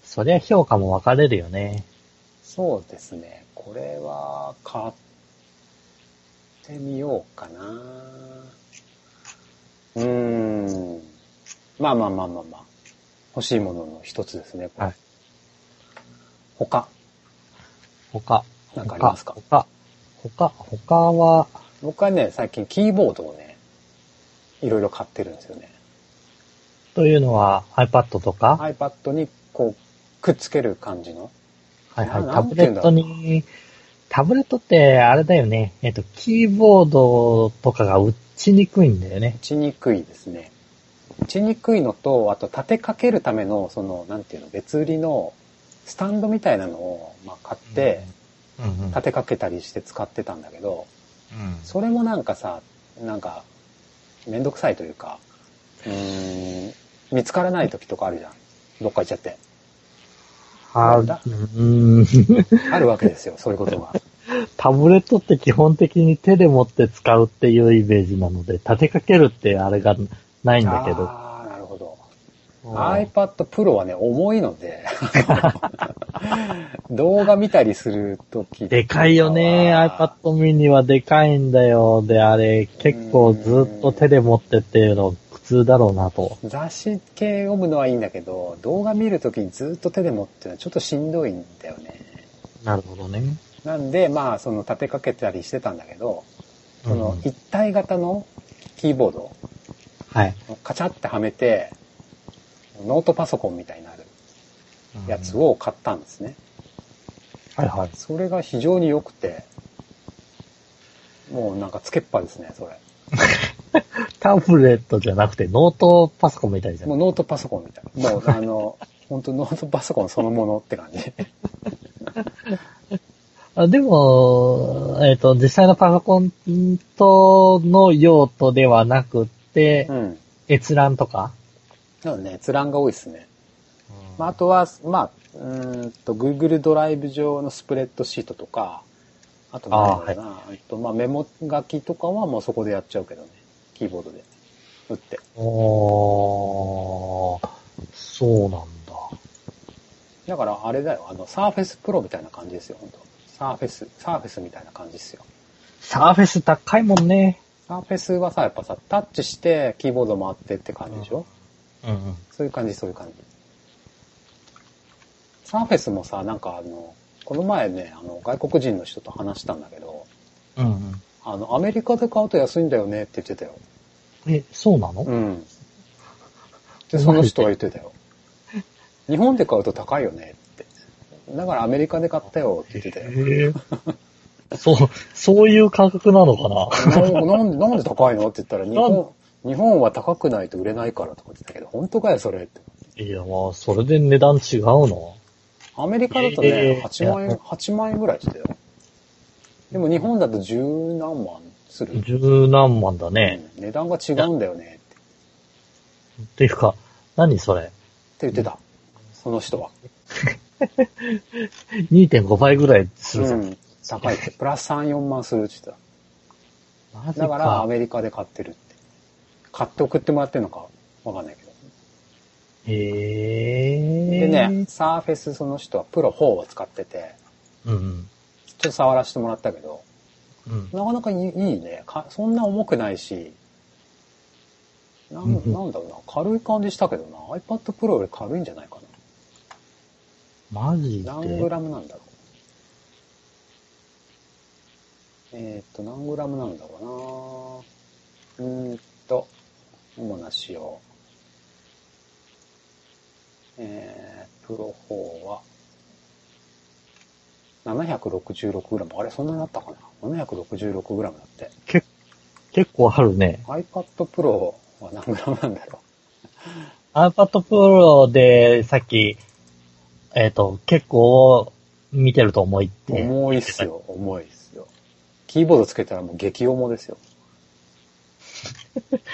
Speaker 2: そりゃ評価も分かれるよね。
Speaker 1: そうですね。これは買ってみようかな。うーん。まあまあまあまあまあ。欲しいものの一つですね。これ
Speaker 2: はい
Speaker 1: 他、
Speaker 2: 他、
Speaker 1: なんかありますか
Speaker 2: 他、他、他は、
Speaker 1: 僕はね、最近キーボードをね、いろいろ買ってるんですよね。
Speaker 2: というのは iPad とか、
Speaker 1: iPad にこう、くっつける感じの。
Speaker 2: はいはい、
Speaker 1: な
Speaker 2: タ
Speaker 1: ん
Speaker 2: ブ
Speaker 1: て言う
Speaker 2: レ
Speaker 1: ん
Speaker 2: ッ
Speaker 1: だろ
Speaker 2: ト
Speaker 1: う
Speaker 2: に、タブレットってあれだよね、えっと、キーボードとかが打ちにくいんだよね
Speaker 1: 打。ちにくいですね。打ちにくいのと、あと立てかけるための、その、なんていうの、別売りのスタンドみたいなのを、まあ、買って、
Speaker 2: うんうん、うん
Speaker 1: 立てかけたりして使ってたんだけど、
Speaker 2: うん
Speaker 1: それもなんかさ、なんか、めんどくさいというか、うーん、見つからない時とかあるじゃん。どっか行っちゃって。
Speaker 2: あ
Speaker 1: なんだ
Speaker 2: うん、
Speaker 1: あるわけですよ、そういうことが。
Speaker 2: タブレットって基本的に手で持って使うっていうイメージなので、立てかけるってあれが ないんだけど。
Speaker 1: ああ、なるほど。
Speaker 2: うん
Speaker 1: iPad Pro はね、重いので、動画見たりするとき
Speaker 2: でかいよね。iPad mini はでかいんだよ。で、あれ、結構ずっと手で持ってっていうの苦痛だろうなと。
Speaker 1: 雑誌系読むのはいいんだけど、動画見るときにずっと手で持ってるのはちょっとしんどいんだよね。
Speaker 2: なるほどね。
Speaker 1: なんで、まあ、その立てかけたりしてたんだけど、その一体型のキーボード
Speaker 2: はい。
Speaker 1: をカチャってはめて、ノートパソコンみたいになるやつ。を買ったんですね。
Speaker 2: はいはい。
Speaker 1: それが非常に良くて、もうなんかつけっぱですね、それ。
Speaker 2: タブレットじゃなくて、ノートパソコンみたいじゃん。
Speaker 1: もうノートパソコンみたいな。もうあの、本当ノートパソコンそのものって感じ。
Speaker 2: あでも、えっ、と、実際のパソコンとの用途ではなくって、
Speaker 1: うん。
Speaker 2: 閲覧とか、
Speaker 1: なのでね、閲覧が多いですね。まあ、あとは、まあ、うーんと、Google ドライブ上のスプレッドシートとか、あとなんだろうな、えっと、まあ、メモ書きとかはもうそこでやっちゃうけどね。キーボードで。打って。
Speaker 2: おーそうなんだ。
Speaker 1: だから、あれだよ、あの、サーフェスプロみたいな感じですよ、本当サーフェス、サーフェスみたいな感じですよ。
Speaker 2: サーフェス高いもんね。
Speaker 1: サーフェスはさ、やっぱさ、タッチして、キーボード回ってって感じでしょ、
Speaker 2: うんうん。
Speaker 1: そういう感じ、そういう感じ。サーフェスもさ、なんかあの、この前ね、あの、外国人の人と話したんだけど、
Speaker 2: うんうん。
Speaker 1: あの、アメリカで買うと安いんだよねって言ってたよ。
Speaker 2: え、そうなの、
Speaker 1: うん。で、その人は言ってたよ。日本で買うと高いよねって。だからアメリカで買ったよって言ってたよ。
Speaker 2: へえ。そう、そういう感覚なのか
Speaker 1: な
Speaker 2: な
Speaker 1: んなんで、なんで高いのって言ったら、日
Speaker 2: なん
Speaker 1: 本、日本は高くないと売れないからとか言ってたけど、本当かよ、それって。
Speaker 2: いや、まあ、それで値段違うの
Speaker 1: アメリカだと
Speaker 2: え
Speaker 1: ね、
Speaker 2: ー
Speaker 1: 8万円、8万円ぐらいしてたよ。でも日本だと十何万する。
Speaker 2: 十何万だね。
Speaker 1: うん値段が違うんだよねって
Speaker 2: っていうか、何それ
Speaker 1: って言ってた。その人は。
Speaker 2: ?2.5 倍ぐらいするじ
Speaker 1: う
Speaker 2: ゃん。
Speaker 1: ん。高 いって。プラス3、4万するって言ってた。
Speaker 2: マジ
Speaker 1: だからア
Speaker 2: か。
Speaker 1: メリカで買ってるって。買って送ってもらってるのかわかんないけど。
Speaker 2: へえ。
Speaker 1: でね、サーフェスその人はプロ4を使ってて、
Speaker 2: うんうん。
Speaker 1: ちょっと触らせてもらったけど、
Speaker 2: うん。
Speaker 1: なかなかいいいいねか。そんな重くないし、なん
Speaker 2: うんうん
Speaker 1: なんだろうな、軽い感じしたけどな。iPad Pro より軽いんじゃないか
Speaker 2: マジで。
Speaker 1: な。何グラムなんだろう。えーっと、何グラムなんだろうな。うーんと、主な仕様。えー、プロ4は、766グラム。あれ、そんなになったかな ?766 グラムだって。
Speaker 2: 結結構あるね。
Speaker 1: iPad Pro は何グラムなんだろ
Speaker 2: iPad Pro でさっき、えっ、と、結構見てると思いっ
Speaker 1: う
Speaker 2: て。
Speaker 1: 重いっすよ、重いっすよ。キーボードつけたらもう激重ですよ。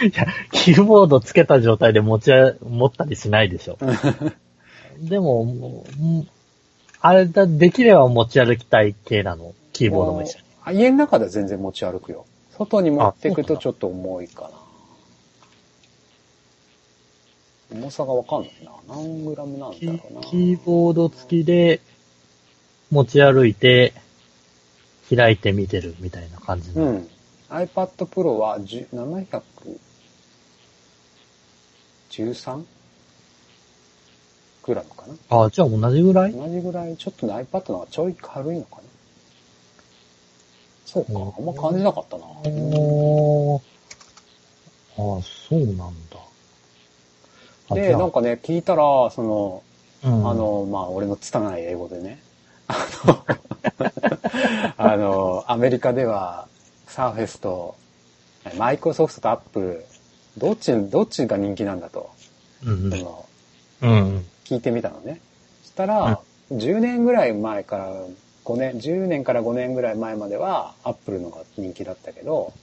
Speaker 2: いや、キーボードつけた状態で持ちあ、持ったりしないでしょ。でも、もうんあれだ、できれば持ち歩きたい系なの。キーボードも一緒に。
Speaker 1: あ家の中では全然持ち歩くよ。外に持っていくと
Speaker 2: あ
Speaker 1: ちょっと重いかな。重さがわかんないな。何グラムなんだ
Speaker 2: キ
Speaker 1: ろうな。
Speaker 2: キーボード付きで持ち歩いて、開いて見てるみたいな感じ
Speaker 1: う
Speaker 2: の。
Speaker 1: ん。iPad Pro は10 713グラムかな。
Speaker 2: あ、じゃあ同じぐらい
Speaker 1: 同じぐらい、ちょっとね、iPad の方がちょい軽いのかな。そうか、あんま感じなかったな。
Speaker 2: おー。あああ、そうなんだ。あ
Speaker 1: で、なんか
Speaker 2: か、
Speaker 1: ね、聞いたら、その、
Speaker 2: うん
Speaker 1: あ、の、まあ、俺の拙い英語でね、 あの、あの、アメリカでは、サーフェスと、マイクロソフトとアップル、どっち、どっちが人気なんだと、
Speaker 2: うん
Speaker 1: その
Speaker 2: うん。うん。
Speaker 1: 聞いてみたのね。そしたら、10年ぐらい前から、5年、10年から5年ぐらい前までは、アップルのが人気だったけど、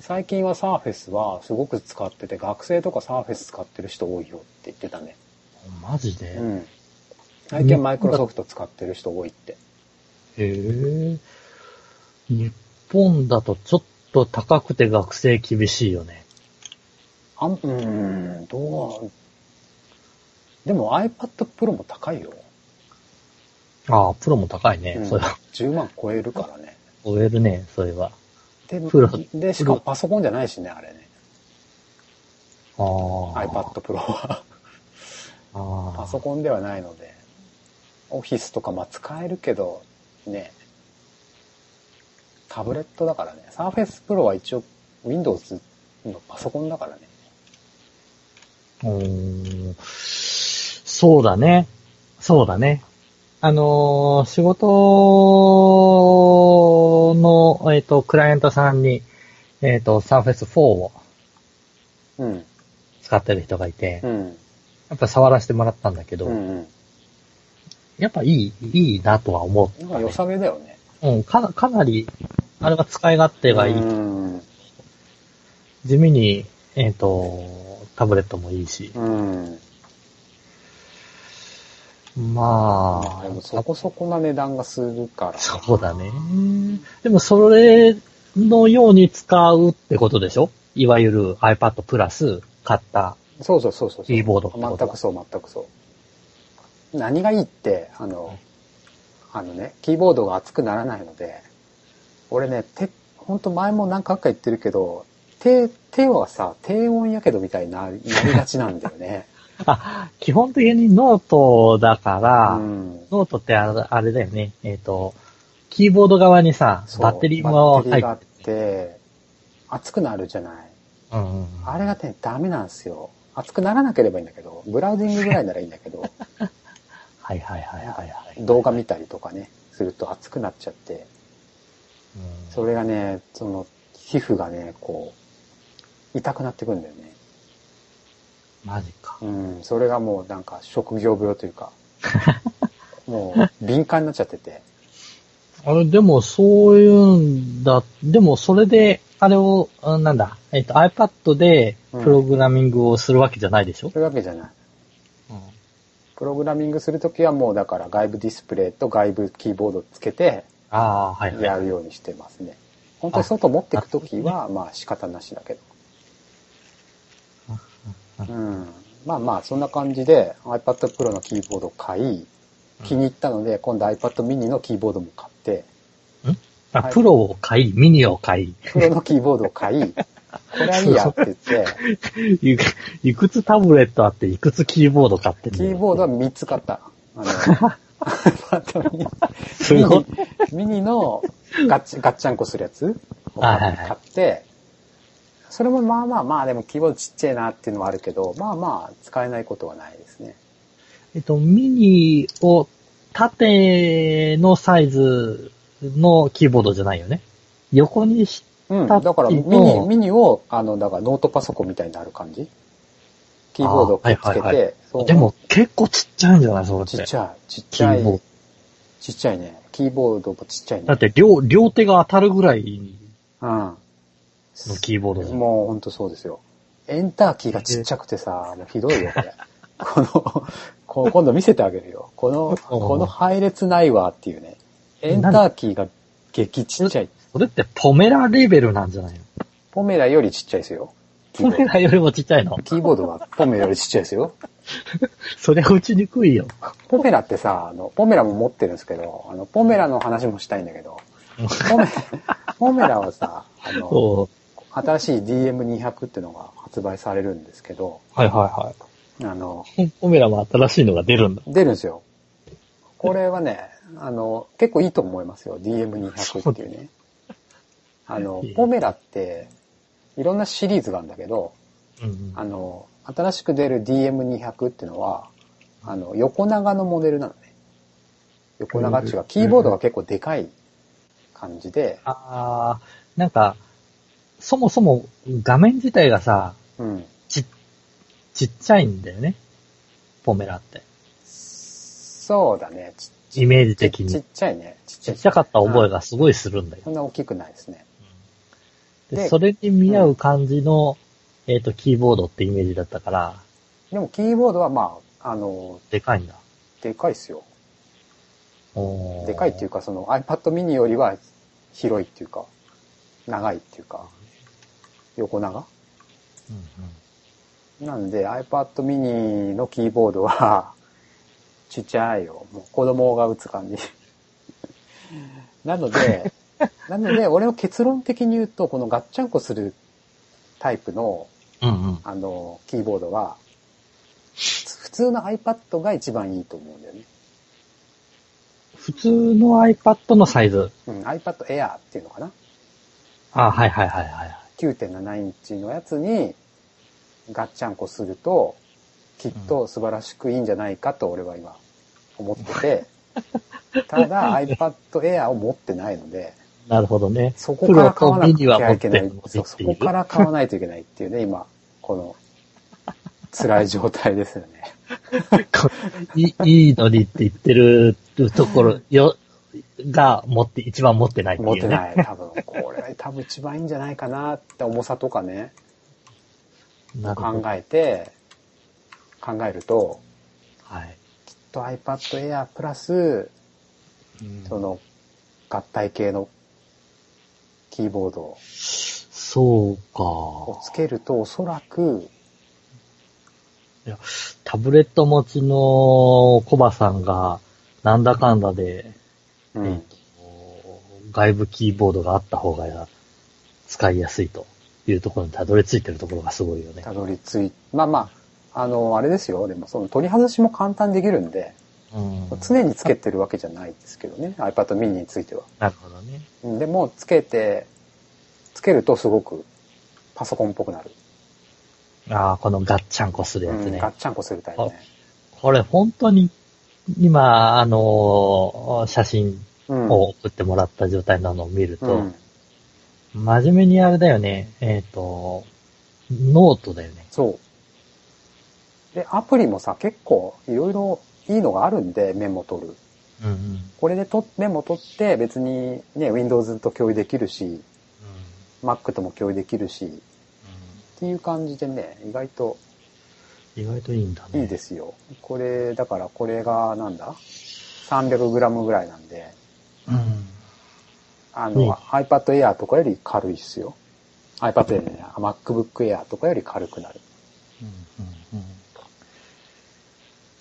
Speaker 1: 最近はサーフェスはすごく使ってて、学生とかサーフェス使ってる人多いよって言ってたね。
Speaker 2: マジで、
Speaker 1: う
Speaker 2: へ
Speaker 1: ん。最近はマイクロソフト使ってる人多いって。
Speaker 2: え。日本だとちょっと高くて学生厳しいよね。
Speaker 1: あん、うーん、どうでも iPad Pro も高いよ。
Speaker 2: ああ、プロも高いね。
Speaker 1: うん
Speaker 2: それは。
Speaker 1: 10万超えるからね。
Speaker 2: 超えるね、それは。
Speaker 1: で
Speaker 2: プロ、
Speaker 1: で、しかもパソコンじゃないしね、あれね。
Speaker 2: ああ。
Speaker 1: iPad Pro は。
Speaker 2: ああ。
Speaker 1: パソコンではないので。オフィスとか、まあ、使えるけど、ね。タブレットだからね。Surface Pro は一応 Windows のパソコンだからね。
Speaker 2: うーんそうだね。そうだね。あのー仕事の、えっ、と、クライアントさんに、えっ、と、サーフェス4を
Speaker 1: うん。
Speaker 2: 使ってる人がいて、
Speaker 1: うん。
Speaker 2: やっぱ触らせてもらったんだけど、
Speaker 1: うんうん。
Speaker 2: やっぱいい、いいなとは思う、
Speaker 1: なんか良さげだよね。
Speaker 2: うん、かな、かなり、あれは使い勝手がいい。
Speaker 1: うん。
Speaker 2: 地味に、えっ、と、タブレットもいいし。
Speaker 1: うん。
Speaker 2: ま
Speaker 1: まあ、でも
Speaker 2: あ、
Speaker 1: そこそこな値段がするから。
Speaker 2: そうだね。でもそれのように使うってことでしょいわゆる iPad プラス買った。
Speaker 1: そうそうそうそう。
Speaker 2: キーボードってこと
Speaker 1: 全くそう、全くそう。何がいいって、あの、あのね、キーボードが熱くならないので、俺ね、手、ほんと前も何回か言ってるけど、手、手はさ、低温やけどみたいにななりがちなんだよね。
Speaker 2: あ、基本的にノートだから、
Speaker 1: うん。
Speaker 2: ノートってあれあれだよね。えっ、と、キーボード側にさ、
Speaker 1: そう
Speaker 2: バッテリーも
Speaker 1: バッテリ
Speaker 2: 入
Speaker 1: ーがあ
Speaker 2: っ
Speaker 1: ってて、熱くなるじゃない。
Speaker 2: うんうん、
Speaker 1: あれがね、ダメなんですよ。熱くならなければいいんだけど、ブラウジングぐらいならいいんだけ ど、
Speaker 2: はいはいはいはいはい。
Speaker 1: 動画見たりとかね、すると熱くなっちゃって、
Speaker 2: うん
Speaker 1: それがね、その、皮膚がね、こう、痛くなってくんだよね。
Speaker 2: マジか。
Speaker 1: うん、それがもうなんか職業病というか、もう敏感になっちゃってて、
Speaker 2: あれ、でも、そういうんだ。でも、それで、あれを、あなんだ、えっ、と、iPad で、
Speaker 1: うん
Speaker 2: プログラミングをするわけじゃないでしょ、
Speaker 1: そういうわけじゃない。
Speaker 2: うん
Speaker 1: プログラミングするときはもうだから外部ディスプレイと外部キーボードつけて
Speaker 2: ああ、はいはい。
Speaker 1: やるようにしてますね。本当に外持ってくときはまあ仕方なしだけど。うん。まあまあ、そんな感じで iPad Pro のキーボードを買い、気に入ったので、今度 iPad mini のキーボードも買って、
Speaker 2: あ
Speaker 1: はい
Speaker 2: プロを買い、ミニを買い、
Speaker 1: プロのキーボードを買 い、これはいいやって言って、
Speaker 2: いくいくつタブレットあって、いくつキーボード買って
Speaker 1: キーボードは
Speaker 2: ー
Speaker 1: 3つ買った。 あの、iPad mini
Speaker 2: すごい。
Speaker 1: ミニのガッチガッチャンコするやつを買っ
Speaker 2: はいはいはい
Speaker 1: 買って、それもまあまあまあ、でもキーボードちっちゃいなっていうのはあるけど、まあまあ、使えないことはないですね。
Speaker 2: えっと、ミニを縦のサイズのキーボードじゃないよね。横にし、
Speaker 1: うん、
Speaker 2: タッチ
Speaker 1: だからミ
Speaker 2: の
Speaker 1: ニ、ミニを、あの、だからノートパソコンみたいになる感じキーボードをくっつけて、
Speaker 2: あーはいはいは
Speaker 1: そう
Speaker 2: でも結構ちっちゃいんじゃないそれって。
Speaker 1: ちっちゃい、ちっ
Speaker 2: キ
Speaker 1: ちゃ
Speaker 2: ーボー
Speaker 1: い
Speaker 2: ド、。
Speaker 1: ちっちゃいね。キーボードもちっちゃいね。
Speaker 2: だって両、両手が当たるぐらい
Speaker 1: うん。
Speaker 2: のキーボードだよ
Speaker 1: もうほんとそうですよ。エンターキーがちっちゃくてさ、もうひどいよ、これ。この、こう今度見せてあげるよ。この、この配列ないわっていうね。エンターキーが激ちっちゃい。
Speaker 2: それってポメラレベルなんじゃないの
Speaker 1: ポメラよりちっちゃいですよ。キー
Speaker 2: ポ
Speaker 1: ボー
Speaker 2: メ
Speaker 1: ド
Speaker 2: ラよりもちっちゃいの。
Speaker 1: キーボードはポメラよりちっちゃいですよ。
Speaker 2: そりゃ打ちにくいよ。
Speaker 1: ポメラってさ、あの、ポメラも持ってるんですけど、あの、ポメラの話もしたいんだけど、ポ メポメラはさ、あの、
Speaker 2: そ
Speaker 1: 新しい DM200 ってのが発売されるんですけど、
Speaker 2: う。はいはいはい。
Speaker 1: あの、
Speaker 2: ポメラも新しいのが出るんだ。
Speaker 1: 出るんですよ。これはね、あの、結構いいと思いますよ。DM200 っていうね。あの
Speaker 2: いい、
Speaker 1: ポメラって、いろんなシリーズがあるんだけど、
Speaker 2: うん
Speaker 1: あの、新しく出る DM200 ってのは、あの、横長のモデルなのね。横長っていう
Speaker 2: う
Speaker 1: か、
Speaker 2: ん
Speaker 1: キーボードが結構でかい感じで、
Speaker 2: あー、なんか、そもそも画面自体がさ、
Speaker 1: うん。
Speaker 2: ちっちゃいんだよね。ポメラって。
Speaker 1: そうだね。ち
Speaker 2: イメージ的
Speaker 1: ちちっ
Speaker 2: に。
Speaker 1: ちゃいね。ちっ
Speaker 2: ちっちゃかった覚え
Speaker 1: が。
Speaker 2: がすごいするんだ
Speaker 1: そん
Speaker 2: よ。
Speaker 1: な大きくないですね。で
Speaker 2: で、それに見合う感じの、えっと、キーボードってイメージだったから、
Speaker 1: でも、キーボードはまあ、あの、
Speaker 2: でかいんだ。
Speaker 1: でかいっすよ。
Speaker 2: おー
Speaker 1: でかいっていうか、その iPad mini よりは広いっていうか、長いっていうか、横長
Speaker 2: うんうん
Speaker 1: なんで iPad mini のキーボードは ちっちゃいよ。もう子供が打つ感じ。 なので、なので俺の結論的に言うと、このガッチャンコするタイプの、
Speaker 2: うんうん。
Speaker 1: あの、キーボードは、普通の iPad が一番いいと思うんだよね。
Speaker 2: 普通の iPad のサイズ。
Speaker 1: うん、iPad Air っていうのかな
Speaker 2: あーはいはいはいはい。
Speaker 1: 9.7インチのやつにガッチャンコするときっと素晴らしくいいんじゃないかと俺は今思ってて、 ただ iPad Air を持ってないので、
Speaker 2: なるほどね。
Speaker 1: そこから買わな
Speaker 2: プロとミニは
Speaker 1: きゃ
Speaker 2: 持っ
Speaker 1: いけな
Speaker 2: てる
Speaker 1: い
Speaker 2: の。
Speaker 1: そう
Speaker 2: っ
Speaker 1: そ
Speaker 2: ていう
Speaker 1: こから買わないといけないっていうね、今、この辛い状態ですよね。
Speaker 2: い いいのにって言ってるところよ、が持って、一番持ってないっていう、
Speaker 1: 持
Speaker 2: ね。
Speaker 1: ってない。多分、これが多分一番いいんじゃないかなって重さとかね、
Speaker 2: なるほ
Speaker 1: 考
Speaker 2: ど。
Speaker 1: えて、考えると、
Speaker 2: はい。
Speaker 1: きっと iPad Air プラス
Speaker 2: うん
Speaker 1: その、合体系のキーボード
Speaker 2: そう
Speaker 1: を
Speaker 2: か。
Speaker 1: つけると、おそらく、
Speaker 2: タブレット持ちのコバさんが、なんだかんだで、
Speaker 1: う
Speaker 2: えっと外部キーボードがあった方が使いやすいというところにたどり着いてるところがすごいよね。
Speaker 1: たどり着い、まあまあ、あの、あれですよ。でも、その取り外しも簡単にできるんで、
Speaker 2: うん、
Speaker 1: 常につけてるわけじゃないですけどね。iPad mini については。
Speaker 2: なるほどね。
Speaker 1: うんでも、つけて、つけるとすごくパソコンっぽくなる。
Speaker 2: ああ、このガッチャンコする
Speaker 1: う
Speaker 2: やつね。
Speaker 1: ん、ガッチャンコするタイプね。
Speaker 2: これ本当に、今、あのー写真
Speaker 1: うん。
Speaker 2: を送ってもらった状態なのを見る
Speaker 1: う
Speaker 2: と、
Speaker 1: ん。
Speaker 2: 真面目にあれだよね、えっ、と、ノートだよね。
Speaker 1: そう。で、アプリもさ、結構いろいろいいのがあるんで、メモ取る。
Speaker 2: うんうん。うん
Speaker 1: これでとメモ取って別にね、Windows と共有できるし、Mac とも共有できるし、っていう感じでね、意外と
Speaker 2: 意外といいんだね。
Speaker 1: いいですよ。これ、だからこれがなんだ ?300g ぐらいなんで、
Speaker 2: うん。
Speaker 1: あ
Speaker 2: うん
Speaker 1: の、iPad Air とかより軽いっすよ。iPad Air じゃない、MacBook Air とかより軽くなる。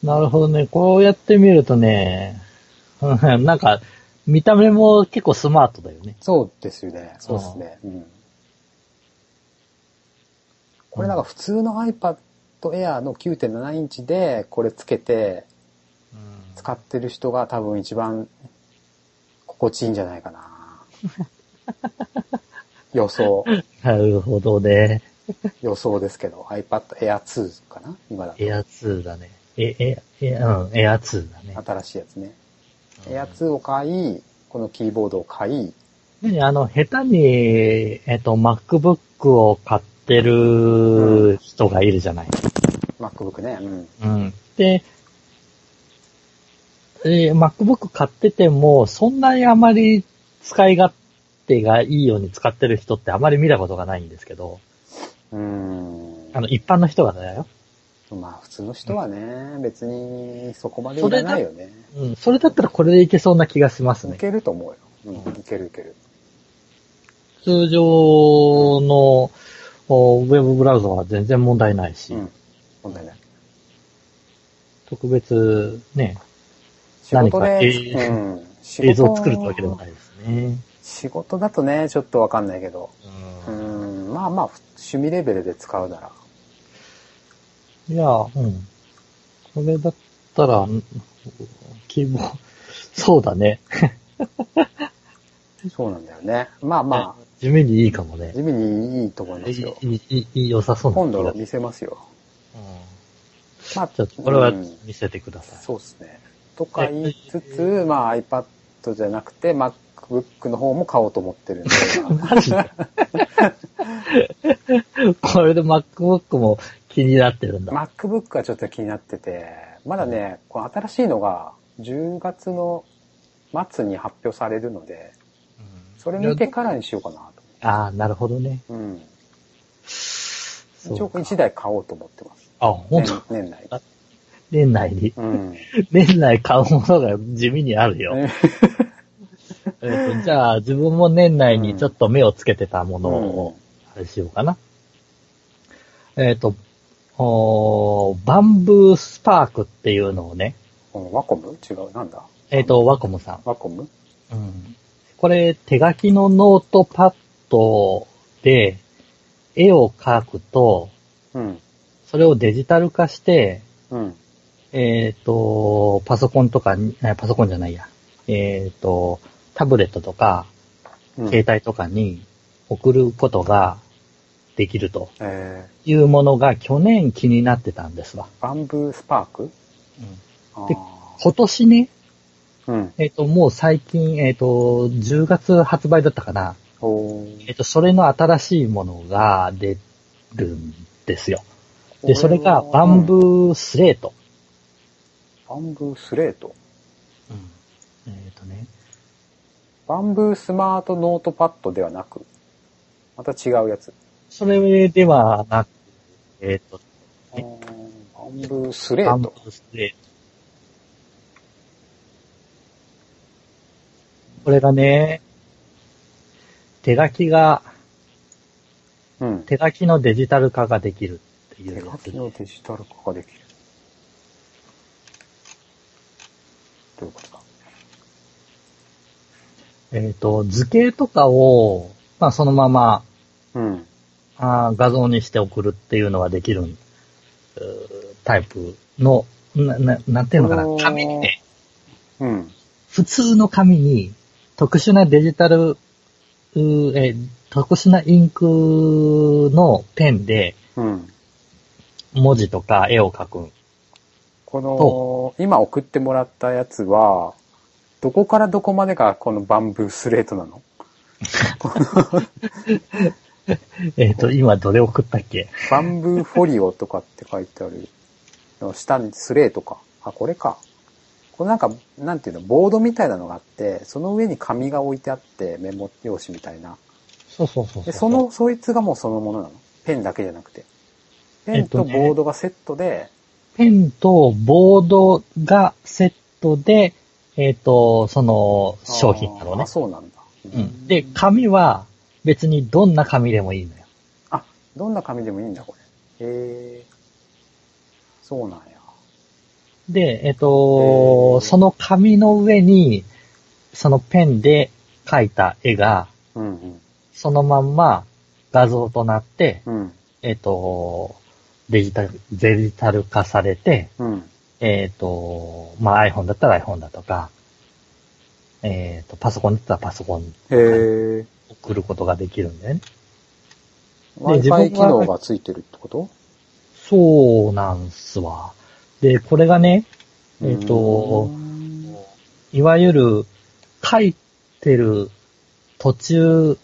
Speaker 2: なるほどね。こうやって見るとね、 うんなんか、見た目も結構スマートだよね。
Speaker 1: そうですよね。そうですね。うん。これなんか普通の iPad Air の9.7インチでこれつけて、使ってる人が多分一番心地いいんじゃないか な。予想、
Speaker 2: なるほどね。
Speaker 1: 予想ですけど、iPad Air 2かな今だと。
Speaker 2: エア2だね。え、え、え、うん、エア2だね。
Speaker 1: 新しいやつね。
Speaker 2: うん
Speaker 1: Air 2を買い、このキーボードを買い、
Speaker 2: ねあの、下手に、えっと、MacBook を買ってる人がいるじゃない。
Speaker 1: MacBook ね。うん。
Speaker 2: うん。で、えー MacBook 買ってても、そんなにあまり使い勝手がいいように使ってる人ってあまり見たことがないんですけど、
Speaker 1: う
Speaker 2: あ
Speaker 1: ー
Speaker 2: の、一般の人がだよ。
Speaker 1: ん。まあ普通の人はね、別にそこまでいらないよね。
Speaker 2: うん。それだったらこれでいけそうな気がします
Speaker 1: い
Speaker 2: ね。
Speaker 1: けると思うよ。うん、いけるいける。
Speaker 2: 通常のおウェブブラウザは全然問題ないし、
Speaker 1: うん。問題ない。
Speaker 2: 特別ね、
Speaker 1: 仕事で、
Speaker 2: 何かえー
Speaker 1: うん。仕事
Speaker 2: 映像を作るってわけでもないですね。
Speaker 1: 仕事だとね、ちょっとわかんないけど。う
Speaker 2: うん
Speaker 1: ん、まあまあ、趣味レベルで使うなら。
Speaker 2: いや、うん。これだった ら、んキーボード、そうだね。
Speaker 1: そうなんだよね。まあま
Speaker 2: 地味にいいかもね
Speaker 1: あ、。地味にいいと思いますよ。
Speaker 2: いい、いい、いい良さそうな
Speaker 1: 今
Speaker 2: 気
Speaker 1: 度
Speaker 2: がする。
Speaker 1: 見せますよ。
Speaker 2: うん
Speaker 1: まあ、
Speaker 2: ちょっと、これは
Speaker 1: うん
Speaker 2: 見せてください。
Speaker 1: そうですね。とか言いつつ、まあ iPad じゃなくて MacBook の方も買おうと思って るんで、
Speaker 2: マジでこれで MacBook も気になってるんだ。
Speaker 1: MacBook はちょっと気になってて、まだね、この新しいのが10月の末に発表されるので、
Speaker 2: うん
Speaker 1: それ見てからにしようかなと。
Speaker 2: ああ、なるほどね。
Speaker 1: うん。
Speaker 2: そう
Speaker 1: 一応
Speaker 2: か
Speaker 1: 1台買おうと思ってます。
Speaker 2: あ、本当
Speaker 1: 年年内。
Speaker 2: 年内に。
Speaker 1: うん。
Speaker 2: 年内買うものが地味にあるよ。
Speaker 1: ね
Speaker 2: えーとじゃあ、自分も年内にちょっと目をつけてたものを、あれしようかな。えっ、と、おーバンブースパークっていうのをね、
Speaker 1: このワコム違う、なんだ
Speaker 2: えっ、と、ワコムさ
Speaker 1: ワコム
Speaker 2: ん,、これ、手書きのノートパッドで、絵を描くと、
Speaker 1: うん。
Speaker 2: それをデジタル化して、
Speaker 1: うん。
Speaker 2: えっ、と、パソコンとかに、えパソコンじゃないや、えっ、と、タブレットとか、
Speaker 1: うん
Speaker 2: 携帯とかに送ることができると
Speaker 1: え
Speaker 2: いうものが去年気になってたんですわ。
Speaker 1: ー、バンブースパークあ
Speaker 2: で
Speaker 1: ー
Speaker 2: 今年ね、
Speaker 1: うん。
Speaker 2: えっ、と、もう最近、えっ、と、10月発売だったかな。
Speaker 1: おー
Speaker 2: えっ、と、それの新しいものが出るんですよ。で、それがバン
Speaker 1: うん
Speaker 2: ブースレート。
Speaker 1: バンブースレート。
Speaker 2: えっ、とね、
Speaker 1: バンブースマートノートパッドではなく、また違うやつ。
Speaker 2: それではなく、えっ、と、
Speaker 1: あーバンブースレ
Speaker 2: バ
Speaker 1: ー
Speaker 2: ンブ
Speaker 1: ト。
Speaker 2: ースレート。これがね、手書きが、
Speaker 1: うん。
Speaker 2: 手書きのデジタル化ができるってい
Speaker 1: 手
Speaker 2: うや
Speaker 1: 書
Speaker 2: つ
Speaker 1: きのデジタル化ができる。どういうことか。
Speaker 2: えっ、と、図形とかを、まあそのまま
Speaker 1: うん。
Speaker 2: あー画像にして送るっていうのができるうータイプの、な、ななんていうのかな
Speaker 1: おー、
Speaker 2: 紙にね、
Speaker 1: うん。
Speaker 2: 普通の紙に特殊なデジタル、うーえー特殊なインクのペンで
Speaker 1: うん。
Speaker 2: 文字とか絵を描く。
Speaker 1: この、今送ってもらったやつは、どこからどこまでがこのバンブースレートなの
Speaker 2: えっ、と、今どれ送ったっけ
Speaker 1: バンブーフォリオとかって書いてある。下にスレートか。あ、これか。これなんか、なんていうの、ボードみたいなのがあって、その上に紙が置いてあって、メモ用紙みたいな。
Speaker 2: そうそうそう
Speaker 1: で、その、そいつがもうそのものなの。ペンだけじゃなくて。ペンとボードがセットで、
Speaker 2: ペンとボードがセットで、えっ、と、その商品なの
Speaker 1: あー
Speaker 2: ね
Speaker 1: あ、。そうなんだ。
Speaker 2: うん、で、紙は別にどんな紙でもいいのよ。
Speaker 1: あ、どんな紙でもいいんだ、これ。へえ。そうなんや。
Speaker 2: で、
Speaker 1: へ
Speaker 2: えっ、
Speaker 1: ー
Speaker 2: と、その紙の上に、そのペンで描いた絵が、
Speaker 1: うんうん。
Speaker 2: そのまんま画像となって、
Speaker 1: うん。
Speaker 2: えっ、と、デジタル、デジタル化されて、
Speaker 1: うん。
Speaker 2: えっ、と、まあ、iPhone だったら iPhone だとか、えっ、と、パソコンだったらパソコン
Speaker 1: へえ。
Speaker 2: 送ることができるんだよね。自分は
Speaker 1: Wi-Fi 機能がついてるってこと
Speaker 2: そうなんすわ。で、これがね、えっ、
Speaker 1: う
Speaker 2: と
Speaker 1: ー、ん
Speaker 2: いわゆる、書いてる途中、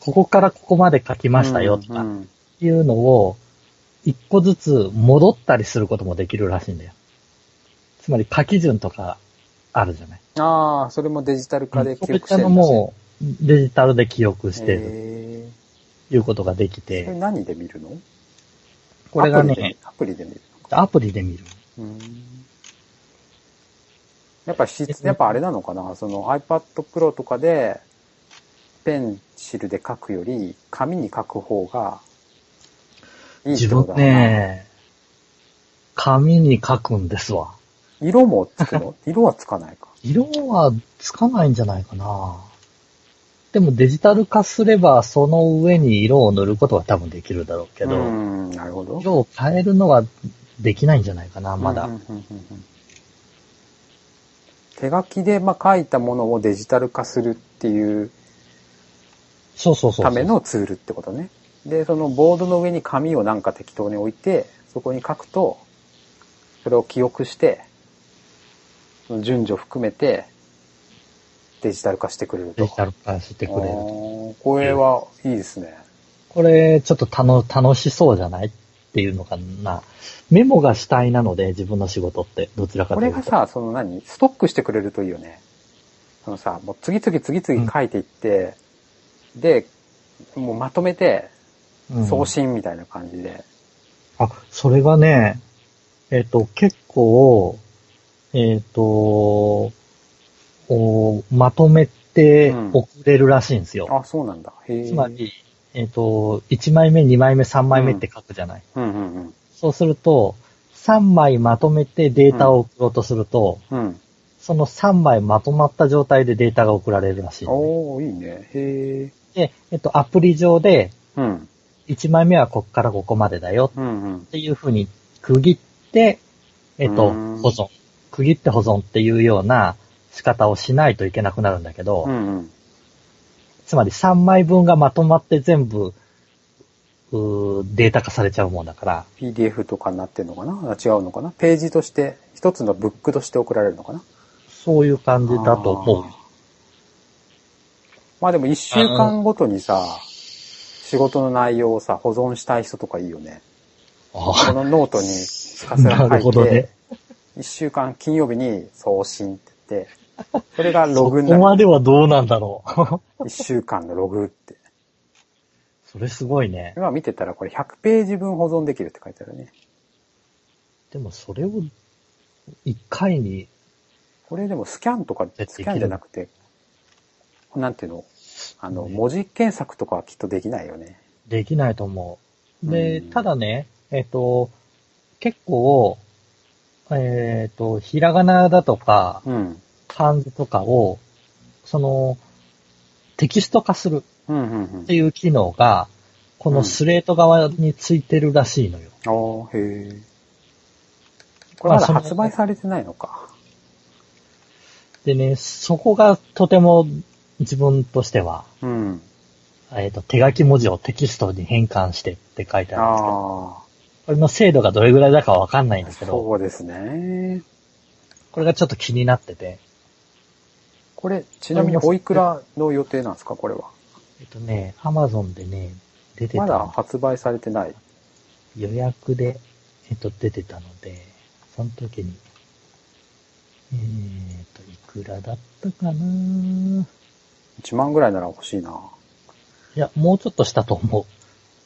Speaker 2: ここからここまで書きましたよと
Speaker 1: う
Speaker 2: か、
Speaker 1: ん
Speaker 2: いうのを、一個ずつ戻ったりすることもできるらしいんだよ。つまり書き順とかあるじゃない。
Speaker 1: ああ、それもデジタル化で
Speaker 2: そう
Speaker 1: 記
Speaker 2: いっ
Speaker 1: 録して
Speaker 2: た
Speaker 1: る
Speaker 2: の
Speaker 1: んだ
Speaker 2: も、デジタルで記憶してる、
Speaker 1: へ
Speaker 2: いうことができ
Speaker 1: えそれ
Speaker 2: て、
Speaker 1: 何で見るの
Speaker 2: これが
Speaker 1: アプリ
Speaker 2: ね
Speaker 1: で、アプリで見る
Speaker 2: アプリで見る。
Speaker 1: のうーんやっぱし、やっぱあれなのかなその iPad Pro とかで、ペンシルで書くより、紙に書く方が、いいって
Speaker 2: 自
Speaker 1: こ
Speaker 2: 分
Speaker 1: とだな。
Speaker 2: ね、紙に書くんですわ。
Speaker 1: 色もつ くの色はつかないか。
Speaker 2: 色はつかないんじゃないかな。でもデジタル化すればその上に色を塗ることは多分できるだろうけ
Speaker 1: うー
Speaker 2: ど、
Speaker 1: ん、なるほど。
Speaker 2: 色を変えるのはできないんじゃないかな、まだ
Speaker 1: うんう。んうんうんうん手書きでまあ書いたものをデジタル化するっっていう
Speaker 2: そうそうそう。
Speaker 1: ため。のツールってことね。で、そのボードの上に紙をなんか適当に置いて、そこに書くと、それを記憶して、その順序含めて、デジタル化してくれると。
Speaker 2: デジタル化してくれる
Speaker 1: あ
Speaker 2: と。
Speaker 1: ーこれはいいですね。
Speaker 2: これ、ちょっとたの楽しそうじゃないっていうのかな。メモが主体なので、自分の仕事って、どちらか
Speaker 1: ことれ
Speaker 2: いうと。
Speaker 1: がさ、その何ストックしてくれるといいよね。そのさ、もう次々次々書いていって、で、もうまとめて
Speaker 2: うん
Speaker 1: 送信みたいな感じで。
Speaker 2: あ、それがね、えっ、と、結構、えっ、とお、まとめて
Speaker 1: うん
Speaker 2: 送れるらしいんですよ。
Speaker 1: あ、そうなんだ。へえ。
Speaker 2: つまり、えっ、と、1枚目、2枚目、3枚目って書くじゃない。
Speaker 1: うんうんうん。
Speaker 2: そうすると、3枚まとめてデータを送ろうとすると、
Speaker 1: うん。
Speaker 2: その3枚まとまった状態でデータが送られるらしいのね、
Speaker 1: おー、いいね。へえ。
Speaker 2: で、えっ、と、アプリ上で、
Speaker 1: うん。
Speaker 2: 1枚目はこっからここまでだよ
Speaker 1: うんうん
Speaker 2: っ。ていう風に区切って、えっと、
Speaker 1: うーん
Speaker 2: 保存。区切って保存っていうような仕方をしないといけなくなるんだけど、
Speaker 1: うんうん。
Speaker 2: つまり3枚分がまとまって全部、うーデータ化されちゃうもんだから、
Speaker 1: PDF とかになってんのかなあ違うのかなページとして、一つのブックとして送られるのかな
Speaker 2: そういう感じだと思
Speaker 1: あ
Speaker 2: う
Speaker 1: ー。まあでも一週間ごとにさ、仕事の内容をさ、保存したい人とかいいよね。こ
Speaker 2: あ
Speaker 1: のノートにひたすら
Speaker 2: なる
Speaker 1: 書
Speaker 2: ほ
Speaker 1: いて、
Speaker 2: どね
Speaker 1: 一週間金曜日に送信って言って、それが
Speaker 2: ー
Speaker 1: ログに
Speaker 2: そこ
Speaker 1: な
Speaker 2: ま
Speaker 1: る。
Speaker 2: ではどうなんだろう。
Speaker 1: 一週間のログって。
Speaker 2: それすごいね。
Speaker 1: 今見てたらこれ100ページ分保存できるって書いてあるね。
Speaker 2: でもそれを1回に、
Speaker 1: これでもスキャンとか、
Speaker 2: できる
Speaker 1: スキャンじゃなくて、なんていうのあの、
Speaker 2: ね
Speaker 1: 文字検索とかはきっとできないよね。
Speaker 2: できないと思う。で、
Speaker 1: うん
Speaker 2: ただね、えっ、と、結構、えっ、と、ひらがなだとか、
Speaker 1: うん。
Speaker 2: 漢字とかを、その、テキスト化する
Speaker 1: うん、うん、うん
Speaker 2: って。いう機能が、このスレート側についてるらしいのよ。
Speaker 1: ああ、へえ。これま
Speaker 2: まあ
Speaker 1: だ
Speaker 2: その
Speaker 1: 発売されてないのか。
Speaker 2: でね、そこがとても自分としては、
Speaker 1: うん。
Speaker 2: えっ、と、手書き文字をテキストに変換してって書いてあるんですけど、
Speaker 1: あ
Speaker 2: これの精度がどれぐらいだかわかんないん
Speaker 1: あ、
Speaker 2: ですけど、
Speaker 1: そうですね。
Speaker 2: これがちょっと気になってて、
Speaker 1: これ、ちなみにおいくらの予定なんですか、これは。
Speaker 2: えっとね、アマゾンでね、出てた
Speaker 1: ま
Speaker 2: の
Speaker 1: だ発売されてない。
Speaker 2: 予約で、えっと、出てたので、その時に、えー、っと、いくらだったかな
Speaker 1: 1万ぐらいなら欲しいな。
Speaker 2: いや、もうちょっとしたと思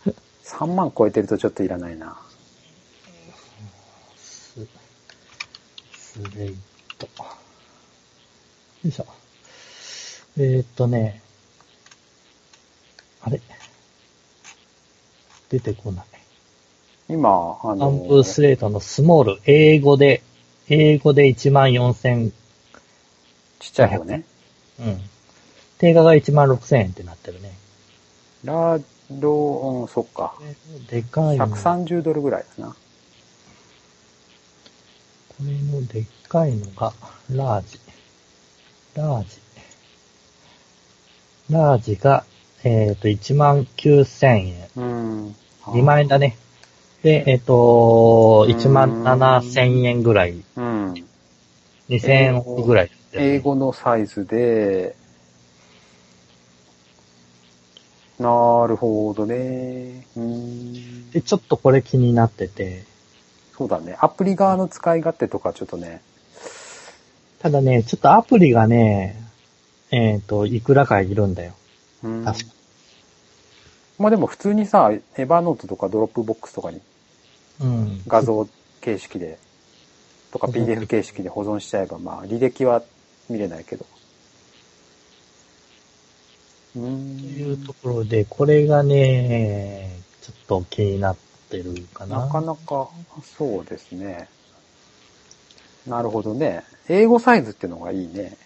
Speaker 2: う。
Speaker 1: 3万超えてるとちょっといらないな。
Speaker 2: ス、スレイト。よいしょ。えー、っとね、あれ出てこない。
Speaker 1: 今、あ
Speaker 2: ア
Speaker 1: の、
Speaker 2: ンプスレートのスモール、英語で、英語で14,000
Speaker 1: ちっちゃい方ね。
Speaker 2: うん。定価が1万6000円ってなってるね。
Speaker 1: ラード、うん、そっか。
Speaker 2: でかいの。
Speaker 1: 130ドルぐらいだな。
Speaker 2: これのでっかいのが、ラージ。ラージ。ラージが、えっ、と、1万9000円。
Speaker 1: うん。
Speaker 2: 2万円だね。で、えっ、と、1
Speaker 1: う
Speaker 2: 万
Speaker 1: ーん
Speaker 2: 7000円ぐらい。
Speaker 1: うん。
Speaker 2: 2000円オフぐらい、
Speaker 1: 英。語のサイズで、なるほどね。うー
Speaker 2: で、
Speaker 1: ん。
Speaker 2: ちょっとこれ気になってて。
Speaker 1: そうだね。アプリ側の使い勝手とかちょっとね。
Speaker 2: ただね、ちょっとアプリがね、えっ、と、いくらかいるんだよ。
Speaker 1: うん
Speaker 2: 確か
Speaker 1: まあでも普通にさ、エヴァノートとかドロップボックスとかに
Speaker 2: うん。
Speaker 1: 画像形式で、とか
Speaker 2: 保存
Speaker 1: PDF 形式で保存しち ゃえば、まあ履歴は見れないけど。うーん。
Speaker 2: というところで、これがね、ちょっと気になってるかな。
Speaker 1: なかなか、そうですね。なるほどね。英語サイズってのがいいね。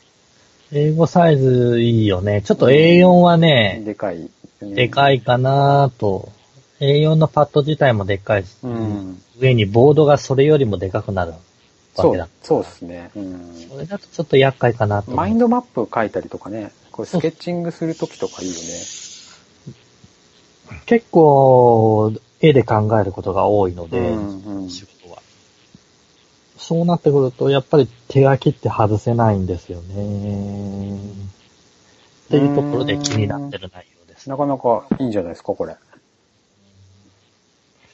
Speaker 2: 英語サイズいいよね。ちょっと A4 はね、
Speaker 1: でかい、ね。
Speaker 2: でか
Speaker 1: い。
Speaker 2: いかなと。A4 のパッド自体もでかいし、
Speaker 1: うん。
Speaker 2: 上にボードがそれよりもでかくなるわ
Speaker 1: そ
Speaker 2: けだ
Speaker 1: う、。そうですね。うん。
Speaker 2: これだとちょっと厄介かなと思う。
Speaker 1: マインドマップ書いたりとかね、これスケッチングするときとかいいよね。
Speaker 2: 結構、絵で考えることが多いので、
Speaker 1: うんうん
Speaker 2: 仕事は。そうなってくると、やっぱり手書きって外せないんですよね。っていうところで気になってる内容です。
Speaker 1: なかなかいいんじゃないですか、これ。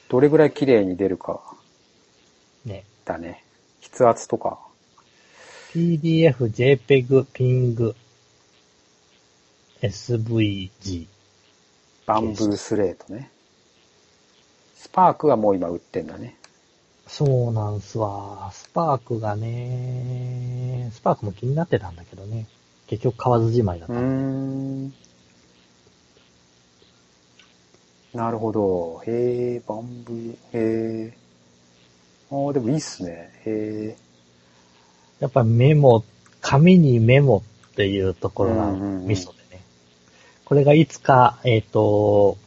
Speaker 1: どれぐらい綺麗に出るか、
Speaker 2: ね。
Speaker 1: だね。筆圧とか。
Speaker 2: PDF、JPEG、PNG、SVG。
Speaker 1: バンブースレートね。スパークがもう今売ってんだね。
Speaker 2: そうなんすわ。スパークがね、スパークも気になってたんだけどね。結局買わずじまいだっ
Speaker 1: う
Speaker 2: た。
Speaker 1: ーん。なるほど。へえ、バンブー、へえ。ああ、でもいいっすね。へえ。
Speaker 2: やっぱりメモ、紙にメモっていうところが
Speaker 1: うんうんうん
Speaker 2: ミソでね。これがいつか、えっ、と、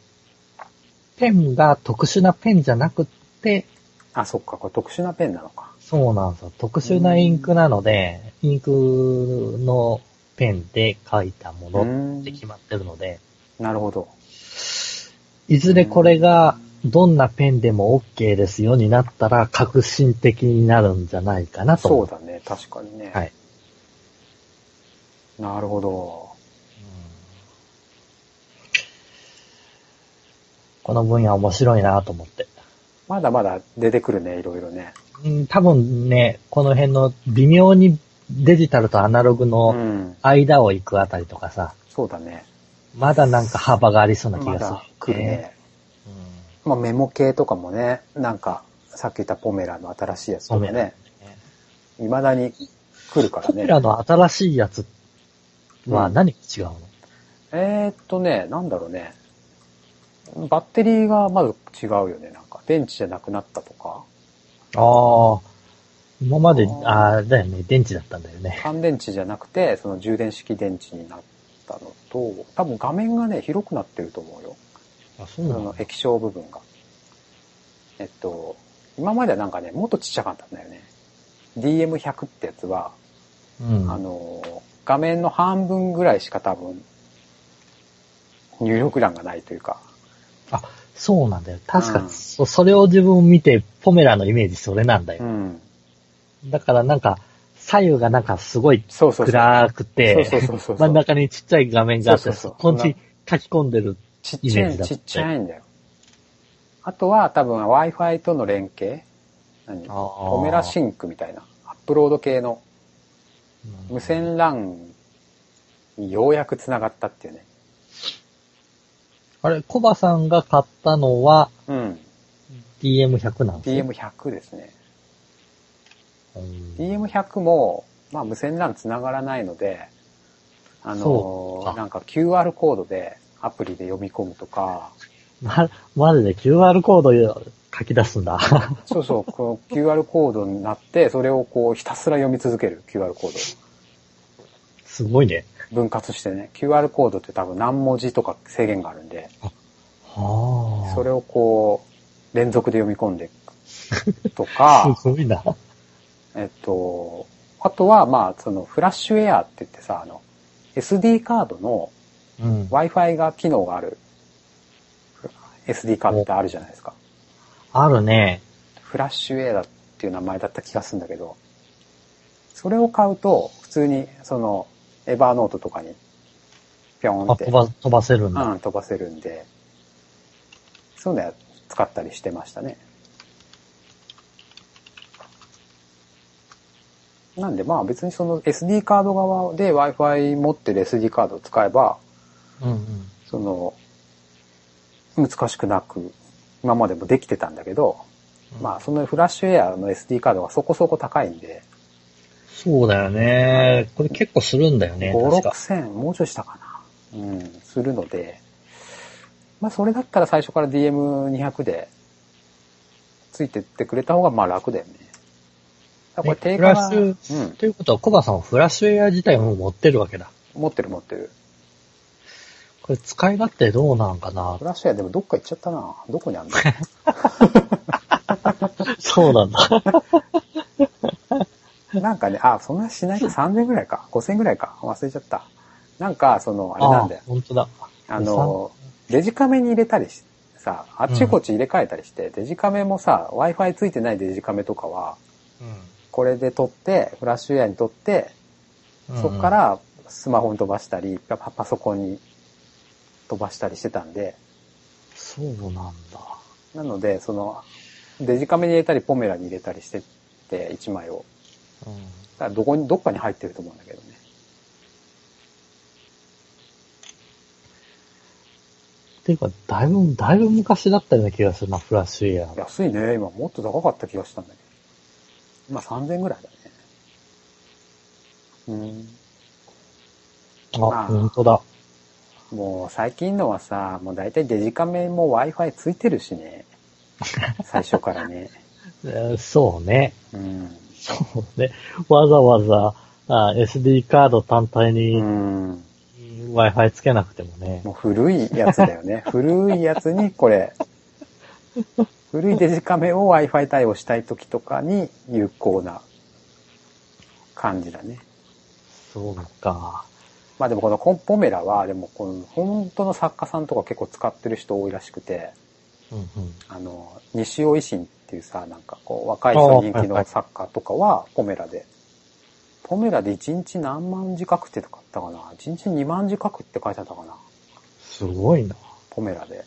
Speaker 2: ペンが特殊なペンじゃなくって、
Speaker 1: あ、そっか、これ特殊なペンなのか。
Speaker 2: そうなんですよ。特殊なインクなので、インクのペンで書いたも
Speaker 1: う
Speaker 2: の
Speaker 1: ん
Speaker 2: って。決まってるので、
Speaker 1: なるほど。
Speaker 2: いずれこれがどんなペンでも OK ですよになったら革新的になるんじゃないかなと。
Speaker 1: そうだね、確かにね。
Speaker 2: はい。
Speaker 1: なるほど。
Speaker 2: この分野面白いなと思って。
Speaker 1: まだまだ出てくるね、いろいろね。
Speaker 2: うん多分ね、この辺の微妙にデジタルとアナログ
Speaker 1: う
Speaker 2: の
Speaker 1: ん。
Speaker 2: 間を行くあたりとかさ、
Speaker 1: そうだね。
Speaker 2: まだなんか幅がありそうな気
Speaker 1: ま
Speaker 2: がする。
Speaker 1: だ来るね。
Speaker 2: うん。
Speaker 1: まあメモ系とかもね、なんか、さっき言ったポメラの新しいやつと
Speaker 2: ポ
Speaker 1: か
Speaker 2: メラ
Speaker 1: ね、未だに来るから
Speaker 2: ポメ
Speaker 1: ね。
Speaker 2: ラの新しいやつは何が違うの、
Speaker 1: えー、っとね、なんだろうね。バッテリーがまず違うよね、なんか。電池じゃなくなったとか、
Speaker 2: ああ、今まで、
Speaker 1: あー
Speaker 2: ああー、だよね、電池だったんだよね。
Speaker 1: 乾電池じゃなくて、その充電式電池になったのと、多分画面がね、広くなってると思うよ。
Speaker 2: あ、そう
Speaker 1: その液晶部分が。えっと、今まではなんかね、もっとちっちゃかったんだよね。DM100 ってやつは、
Speaker 2: うん。
Speaker 1: あの、画面の半分ぐらいしか多分、入力欄がないというか。
Speaker 2: そうなんだよ。確か、
Speaker 1: うん
Speaker 2: そそれを自分見て、ポメラのイメージそれなんだ
Speaker 1: う
Speaker 2: よ。
Speaker 1: ん。
Speaker 2: だからなんか、左右がなんかすごい
Speaker 1: そうそうそう。
Speaker 2: 暗くて、
Speaker 1: そうそうそうそう。
Speaker 2: 真ん中にちっちゃい画面があっ
Speaker 1: そ
Speaker 2: て、そう
Speaker 1: そうそう
Speaker 2: こに書き込んでる。
Speaker 1: ちっちゃ
Speaker 2: イメージ
Speaker 1: い、
Speaker 2: だっ
Speaker 1: ち
Speaker 2: た
Speaker 1: っちゃいんだよ。あとは多分 Wi-Fi との連携何ポ
Speaker 2: ポ
Speaker 1: メラシンクみたいな。アップロード系の無線 LAN にようやく繋がったっていうね。
Speaker 2: あれ、コバさんが買ったのは
Speaker 1: うん。
Speaker 2: DM100 なんですね
Speaker 1: DM100 ですね。
Speaker 2: うん。
Speaker 1: DM100 も、まあ無線 LAN 繋がらないので、あ
Speaker 2: そ
Speaker 1: の
Speaker 2: うか
Speaker 1: なんか QR コードでアプリで読み込むとか、
Speaker 2: ま、まるで QR コードを書き出すんだ。
Speaker 1: そうそう、 この QR コードになって、それをこうひたすら読み続ける QR コード。
Speaker 2: すごいね。
Speaker 1: 分割してね、QR コードって多分何文字とか制限があるんで、
Speaker 2: はあ。
Speaker 1: それをこう、連続で読み込んでいくとか
Speaker 2: す、ごいな。
Speaker 1: えっと、あとは、まあ、その、フラッシュエアって言ってさ、あの、SD カードの
Speaker 2: うん。
Speaker 1: Wi-Fi が機能がある SD カードってあるじゃないですか。
Speaker 2: あるね。
Speaker 1: フラッシュエアっていう名前だった気がするんだけど、それを買うと、普通に、その、エバーノートとかに、ぴょん
Speaker 2: あ、
Speaker 1: って
Speaker 2: 飛。ば、飛ばせるんだ。
Speaker 1: うん、飛ばせるんで、そういうのや使ったりしてましたね。なんでまあ別にその SD カード側で Wi-Fi 持ってる SD カードを使えば、
Speaker 2: うんうん。
Speaker 1: その、難しくなく、今までもできてたんだけど、まあそのフラッシュエアの SD カードがそこそこ高いんで、
Speaker 2: そうだよね。これ結構するんだよね。
Speaker 1: 5、
Speaker 2: 確か。
Speaker 1: 6000、もうちょいしたかな。うん、するので、まあそれだったら最初から DM200 でついてってくれた方がまあ楽だよね。だからこれ定価が、
Speaker 2: えプラ
Speaker 1: うん、
Speaker 2: ということは、コバさんはフラッシュエア自体も持ってるわけだ。
Speaker 1: 持ってる持ってる。
Speaker 2: これ使い勝手どうなんかな
Speaker 1: フラッシュやでもどっか行っちゃったな。どこにあんの
Speaker 2: そうなん だ。
Speaker 1: なんかね、あ、そんなしないか。3000ぐらいか。5000ぐらいか。忘れちゃった。なんか、その、あれなんだよ。
Speaker 2: 本当だ。
Speaker 1: あの、デジカメに入れたりしさ、あちこち入れ替えたりして、デジカメもさ、Wi-Fi ついてないデジカメとかは、
Speaker 2: う
Speaker 1: これで撮って、フラッシュウェアに撮って、
Speaker 2: ん。
Speaker 1: そっか、らスマホに飛ばしたり、パパソコンに飛ばしたりしてたんで、
Speaker 2: そうなんだ。
Speaker 1: なので、その、デジカメに入れたり、ポメラに入れたりしてって、1枚を。
Speaker 2: うん。
Speaker 1: だからどこに、どっかに入ってると思うんだけどね。
Speaker 2: ていうか、だいぶ、だいぶ昔だったような気がするな、フラッシュイヤー。
Speaker 1: 安いね。今もっと高かった気がしたんだけど。まあ3000ぐらいだね。うん。
Speaker 2: あ、
Speaker 1: まあ
Speaker 2: 本当だ。
Speaker 1: もう最近のはさ、もう大体デジカメも Wi-Fi ついてるしね。最初からね。
Speaker 2: えーそうね。
Speaker 1: うん。
Speaker 2: そうね。わざわざ、あ SD カード単体
Speaker 1: う
Speaker 2: に
Speaker 1: ん。
Speaker 2: Wi-Fi つけなくてもね。
Speaker 1: もう古いやつだよね。古いやつにこれ。古いデジカメを Wi-Fi 対応したい時とかに有効な感じだね。
Speaker 2: そうか。
Speaker 1: まあでもこのコンポメラは、でもこの本当の作家さんとか結構使ってる人多いらしくて、
Speaker 2: うんうん。
Speaker 1: あの、西尾維新っていうさ、なんかこう、若い人に人気
Speaker 2: あは
Speaker 1: の
Speaker 2: い
Speaker 1: 作家とかは、ポメラで。ポメラで1日何万字書くってとかあったかな ?1 日2万字書くって書いてあったかな
Speaker 2: すごいな。
Speaker 1: ポメラで。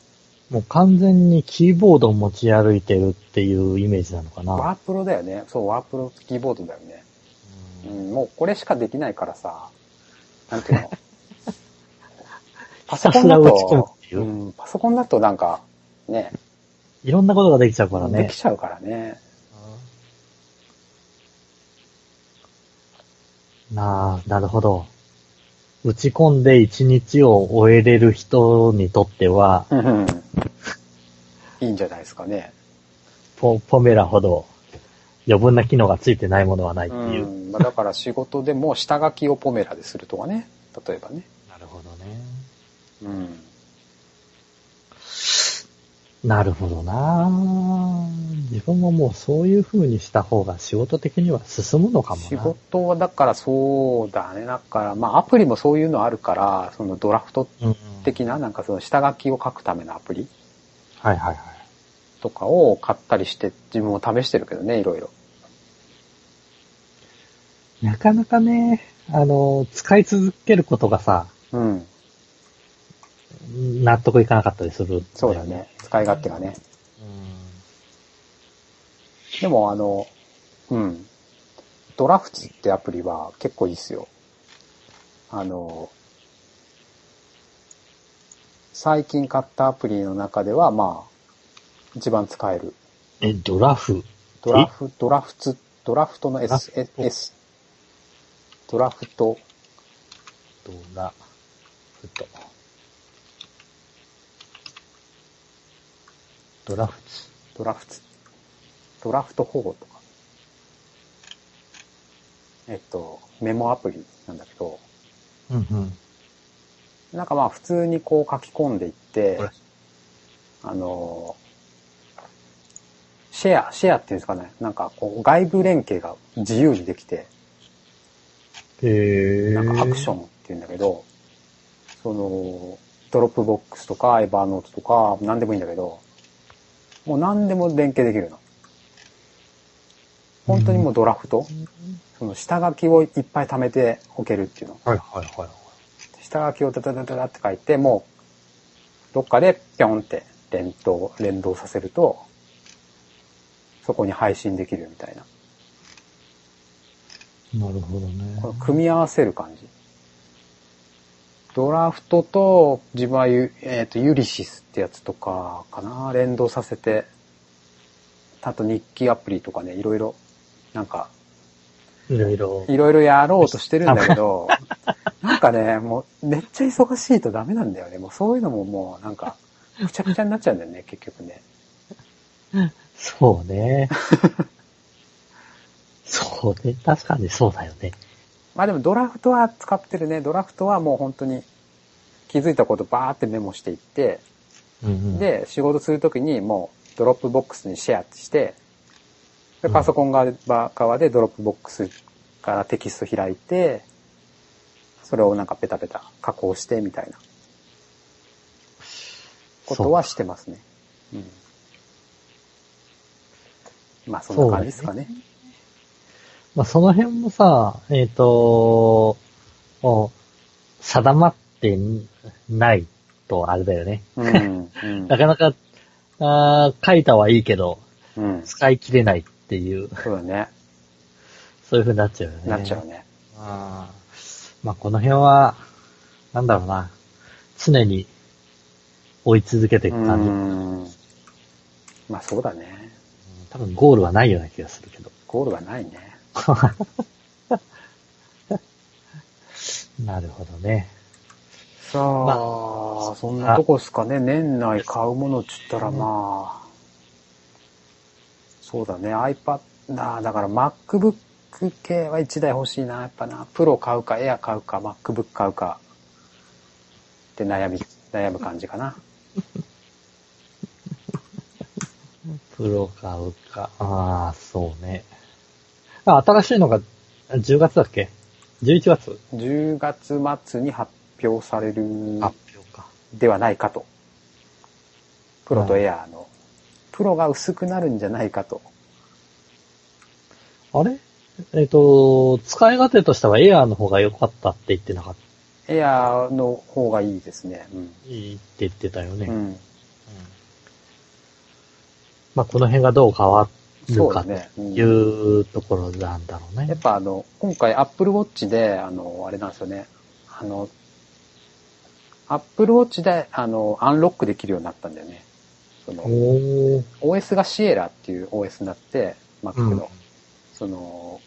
Speaker 2: もう完全にキーボードを持ち歩いてるっていうイメージなのか
Speaker 1: ワ
Speaker 2: な。
Speaker 1: ープロだよね。そう、ワープロキーボードだよね。
Speaker 2: う
Speaker 1: うんん、もうこれしかできないからさ、なんていう のパ
Speaker 2: ひたすら打ち込むっていうう。
Speaker 1: ん、パソコンだとなんか、ね、
Speaker 2: いろんなことができちゃうから
Speaker 1: で
Speaker 2: ね
Speaker 1: き。ちゃうからね。
Speaker 2: なあ、なるほど。打ち込んで一日を終えれる人にとっては、
Speaker 1: うんいいんじゃないですかね。
Speaker 2: ポポメラほど余分な機能がついてないものはないっていうう。
Speaker 1: ん。まあだから仕事でも下書きをポメラでするとかね。例えばね。
Speaker 2: なるほどね。
Speaker 1: うん。
Speaker 2: なるほどな自分ももうそういう風にした方が仕事的には進むのかもな。
Speaker 1: 仕事はだからそうだね。だからまあアプリもそういうのあるから、そのドラフト
Speaker 2: うんうん
Speaker 1: 的ななんかその下書きを書くためのアプリ
Speaker 2: はいはいはい。
Speaker 1: とかを買ったりして自分を試してるけどね、いろいろ。
Speaker 2: なかなかね、あの、使い続けることがさ、
Speaker 1: うん。
Speaker 2: 納得いかなかったりする、
Speaker 1: そうだね。。使い勝手がね。
Speaker 2: う
Speaker 1: でもあの、うん。ドラフツってアプリは結構いいっすよ。あの、最近買ったアプリの中では、まあ、一番使える。
Speaker 2: ん。え、ドラフ。
Speaker 1: ドラフ、ドラフツ、ドラフトの S、
Speaker 2: ドラフト
Speaker 1: S。ドラフト、
Speaker 2: ドラフト。ドラフツ。
Speaker 1: ドラフツ。ドラフト方法とか。えっと、メモアプリなんだけど、
Speaker 2: うんうん。
Speaker 1: なんかまあ普通にこう書き込んでいって
Speaker 2: これ、
Speaker 1: あの、シェア、シェアっていうんですかね、なんかこう外部連携が自由にできて、
Speaker 2: へ
Speaker 1: なんかアクショ
Speaker 2: ン。
Speaker 1: ンっていうんだけど、その、ドロップボックスとかエバーノートとか何でもいいんだけど、もう何でも連携できるの。本当にもうドラフト、その下書きをいっぱい貯めておけるっていうの。
Speaker 2: はいはいはいはい。
Speaker 1: 下書きをダダダダダって書いて、もう、どっかでぴょんって連動、連動させると、そこに配信できるみたいな。
Speaker 2: なるほどね
Speaker 1: この組み合わせる感じ。ドラフトと、自分はユ、えっ、と、ユリシスってやつとかかな、連動させて、あと日記アプリとかね、いろいろ、なんか、
Speaker 2: いろいろ。
Speaker 1: いろいろやろうとしてるんだけど、なんかね、もうめっちゃ忙しいとダメなんだよね。もうそういうのももうなんか、くちゃくちゃになっちゃうんだよね、結局ね。
Speaker 2: そうね。 そうね。確かにそうだよね。
Speaker 1: まあでもドラフトは使ってるね。ドラフトはもう本当に気づいたことバーってメモしていって、
Speaker 2: うんうん、
Speaker 1: で、仕事するときにもうドロップボックスにシェアして、で、パソコン側側でドロップボックスからテキスト開いて、それをなんかペタペタ加工してみたいなことはしてますね。うん。まあそんな感じですかね。
Speaker 2: まあ、その辺もさ、えっ、と、もう定まってないとあれだよね。
Speaker 1: うん。うん
Speaker 2: なかなか、あー書いたはいいけど、
Speaker 1: うん。
Speaker 2: 使い切れないっていう、
Speaker 1: そうだね。
Speaker 2: そういう風になっちゃうよね。
Speaker 1: なっちゃうね。
Speaker 2: あーまあ、この辺は、なんだろうな。常に追い続けていく
Speaker 1: う
Speaker 2: 感じ。
Speaker 1: ん。まあそうだね。
Speaker 2: 多分ゴールはないような気がするけど。
Speaker 1: ゴールがないね。
Speaker 2: なるほどね。
Speaker 1: さあ、そんなとこっすかね。年内買うものっつったらまあ、そうだね、iPad、なあだから MacBook 系は1台欲しいな、やっぱな。プロ買うか、エア買うか、MacBook 買うか、って悩み、悩む感じかな。
Speaker 2: プロ買うか。ああ、そうね。あ、新しいのが10月だっけ ?11 月
Speaker 1: 10月末に発表される
Speaker 2: 発表か。
Speaker 1: ではないかと。プロとエアの。プロが薄くなるんじゃないかと。
Speaker 2: あれえっ、と、使い勝手としてはエアーの方が良かったって言ってなかっ
Speaker 1: エアの方がいいですね。うん。
Speaker 2: た。いいって言ってたよね。
Speaker 1: う
Speaker 2: うん
Speaker 1: ん
Speaker 2: まあ、この辺がどう変わる
Speaker 1: そうだ
Speaker 2: かって
Speaker 1: ね。うん
Speaker 2: いうところなんだろうね。
Speaker 1: やっぱあの、今回 Apple Watch で、あの、あれなんですよね。あの、Apple Watch で、あの、アンロックできるようになったんだよね。その、
Speaker 2: おー
Speaker 1: OS がシエラっていう OS になって、Mac の。
Speaker 2: うん
Speaker 1: その、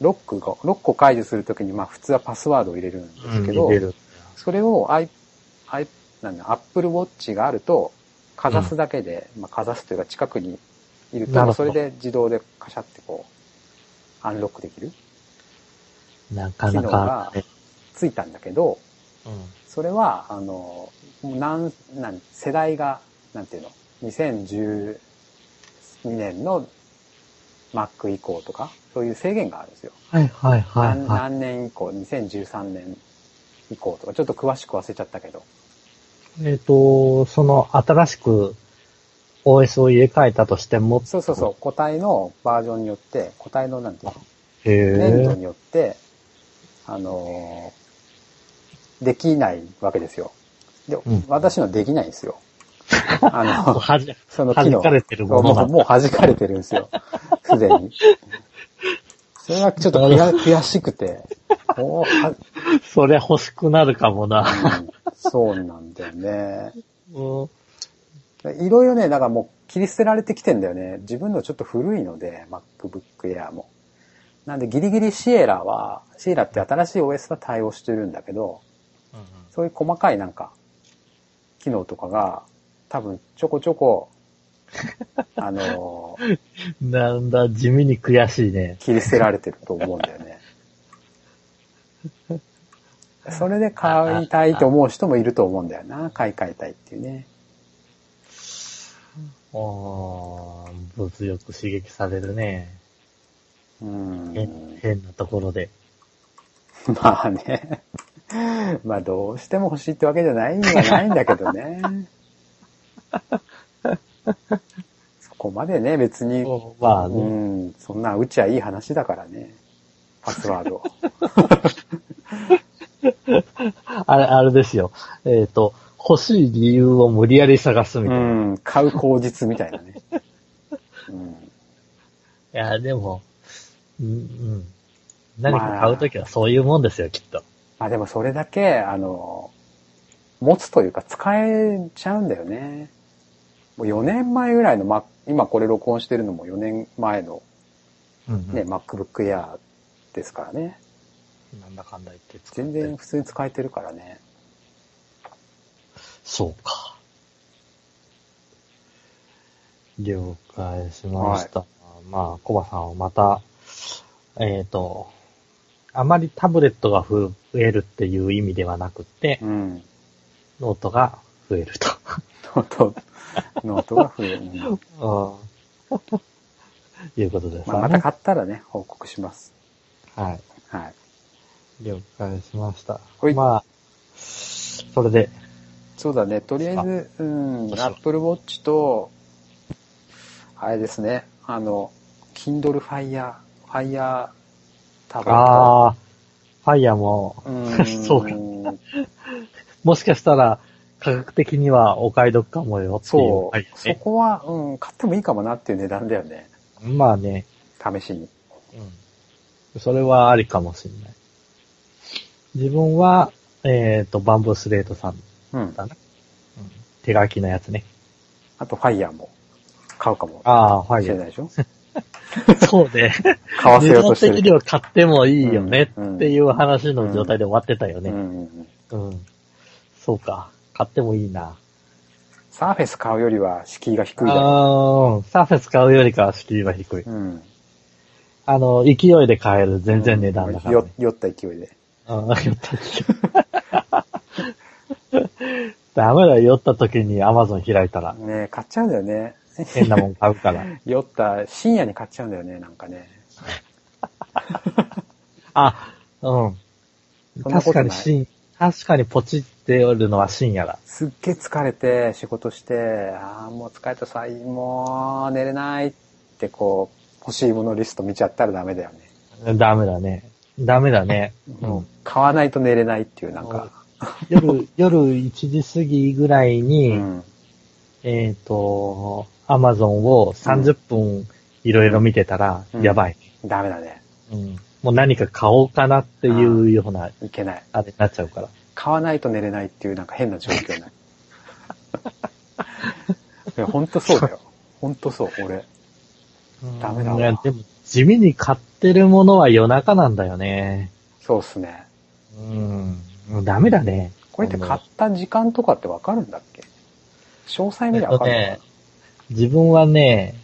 Speaker 1: ロックが、ロックを解除するときに、まあ普通はパスワードを入れるんで
Speaker 2: うん
Speaker 1: すけど、
Speaker 2: 入れる
Speaker 1: それを i、i、なんだ、Apple Watch があると、かざすだけで、まあかざすというか近くにいる
Speaker 2: なる
Speaker 1: と、そ
Speaker 2: ほど
Speaker 1: れで自動でカシャってこう、アンロックできる
Speaker 2: なかなか、ね。
Speaker 1: ついたんだけど、
Speaker 2: うん
Speaker 1: それは、あの、もうなん、なん、世代が、なんていうの、2012年の Mac 以降とか、そういう制限があるんですよ。
Speaker 2: はいはいはい
Speaker 1: 何
Speaker 2: は
Speaker 1: 何年以降、2013年以降とか、ちょっと詳しく忘れちゃったけど。
Speaker 2: い。えっ、と、その新しく OS を入れ替えたとしても、
Speaker 1: そうそうそう、個体のバージョンによって、個体のなんていうの、
Speaker 2: う。へ
Speaker 1: 年度
Speaker 2: え。
Speaker 1: によって、あのーできないわけですよ。で、
Speaker 2: ん
Speaker 1: 私のできないんですよ。 あの、
Speaker 2: はじ、
Speaker 1: その機能。
Speaker 2: 弾かれてるもの
Speaker 1: そ
Speaker 2: だ
Speaker 1: うもう、もう弾かれてるんですよ。すでに。それはちょっと
Speaker 2: なる
Speaker 1: 悔悔しく て。もうは、
Speaker 2: それ欲しくなるかもな。
Speaker 1: うんそうなんだよね。
Speaker 2: うん
Speaker 1: いろいろね、だからもう切り捨てられてきてんだよね。自分のちょっと古いので、MacBook Air も。なんでギリギリシエラは、シエラって新しい OS は対応してるんだけど、そういう細かいなんか、機能とかが、多分ちょこちょこ、あのー
Speaker 2: なんだ、地味に悔しいね。
Speaker 1: 切り捨てられてると思うんだよね。それで買いたいと思う人もいると思うんだよな。買い替えたいっていうね。
Speaker 2: あー物欲刺激されるね。
Speaker 1: うん。
Speaker 2: 変変なところで。
Speaker 1: まあね。まあどうしても欲しいってわけじゃないにはないんだけどね。そこまでね、別に、
Speaker 2: まあ
Speaker 1: う
Speaker 2: ね、
Speaker 1: ん、そんなうちはいい話だからね。パスワード。
Speaker 2: あれ、あれですよ。えっ、と、欲しい理由を無理やり探すみ
Speaker 1: う
Speaker 2: たいな。い
Speaker 1: ん、買う口実みたいなね。うん
Speaker 2: や、でも、うん、うん。何か買うときはそういうもんですよ、きっと。
Speaker 1: まあでもそれだけ、あの、持つというか使えちゃうんだよね。もう4年前ぐらいの、ま、今これ録音してるのも4年前の
Speaker 2: うん、
Speaker 1: ね、MacBook Air ですからね。
Speaker 2: なんだかんだ言って使っ
Speaker 1: 全
Speaker 2: て
Speaker 1: 然。普通に使えてるからね。
Speaker 2: そうか。了解しました。まあ、コバさんはまた、えっ、と、あまりタブレットが増えるっていう意味ではなくて
Speaker 1: う、 ん。
Speaker 2: ノートが増えると。
Speaker 1: ノート、ノートが増える。うん
Speaker 2: うん。いうことです
Speaker 1: まあ、
Speaker 2: か
Speaker 1: また
Speaker 2: ね。
Speaker 1: 買ったらね、報告します。
Speaker 2: はい。
Speaker 1: はい。
Speaker 2: 了解しました。
Speaker 1: はい
Speaker 2: まあ、それで、
Speaker 1: そうだね、とりあえず、うん、
Speaker 2: そう
Speaker 1: Apple Watch と、あれですね、あの、Kindle Fire、Fire タバ
Speaker 2: ああ、ファイヤーも、
Speaker 1: コ。うん
Speaker 2: そうかもしかしたら、価格的にはお買い得かもよっていう。
Speaker 1: そう、
Speaker 2: はい、
Speaker 1: そこは、うん、買ってもいいかもなっていう値段だよね。
Speaker 2: まあね、
Speaker 1: 試しに。
Speaker 2: うん。それはありかもしれない。自分は、えっ、と、バンブースレートさん
Speaker 1: うん。
Speaker 2: だな。うん、手書きのやつね。
Speaker 1: あと、ファイヤーも買うかも
Speaker 2: ああ、ファ
Speaker 1: し
Speaker 2: イ
Speaker 1: れ
Speaker 2: ヤ
Speaker 1: ないでしょ
Speaker 2: ー。そうね。
Speaker 1: 買わせ
Speaker 2: 値
Speaker 1: ようと
Speaker 2: 段
Speaker 1: して
Speaker 2: 的に
Speaker 1: る。
Speaker 2: は買ってもいいよね
Speaker 1: うん
Speaker 2: っていう話の状態で終わってたよ
Speaker 1: う
Speaker 2: ね。
Speaker 1: んうん。
Speaker 2: うん。そうか。買ってもいいな。
Speaker 1: サーフェス買うよりは敷居が低いだろ
Speaker 2: あーサーフェス買うよりかは敷居は低い。
Speaker 1: う。うん。
Speaker 2: あの、勢いで買える全然値段だから、
Speaker 1: よ
Speaker 2: ね。
Speaker 1: 酔った勢いで。
Speaker 2: うん、酔った時。ダメだよ、酔った時に Amazon 開いたら。
Speaker 1: ね買っちゃうんだよね。
Speaker 2: 変なもん買う から。
Speaker 1: 酔った、深夜に買っちゃうんだよね、なんかね。
Speaker 2: あ、うん。
Speaker 1: そんなこ
Speaker 2: 確
Speaker 1: とな
Speaker 2: か
Speaker 1: い
Speaker 2: に深、確かにポチってるのは深夜だ。
Speaker 1: すっげえ疲れて、仕事して、ああ、もう疲れた最もう寝れないってこう、欲しいものリスト見ちゃったらダメだよね。
Speaker 2: ダメだね。ダメだね。
Speaker 1: もう買わないと寝れないっていう、なんか。
Speaker 2: 夜、夜1時過ぎぐらいに、
Speaker 1: うん。
Speaker 2: えっ、と、アマゾンを30分いろいろ見てたら、
Speaker 1: うん
Speaker 2: やばい、
Speaker 1: ダメだね。
Speaker 2: うん。もう何か買おうかなっていうような、
Speaker 1: いけない。
Speaker 2: あれになっちゃうから。
Speaker 1: 買わないと寝れないっていうなんか変な状況 になる。いや、ほんとそうだよ。ほんとそう、俺。ダメだわ
Speaker 2: いやでも、地味に買ってるものは夜中なんだよね。
Speaker 1: そうっすね。
Speaker 2: うん。もうダメだね。
Speaker 1: これって買った時間とかってわかるんだっけ詳細
Speaker 2: え
Speaker 1: 見
Speaker 2: っ
Speaker 1: りゃわ
Speaker 2: と
Speaker 1: かるのかな、
Speaker 2: ね、自分はね、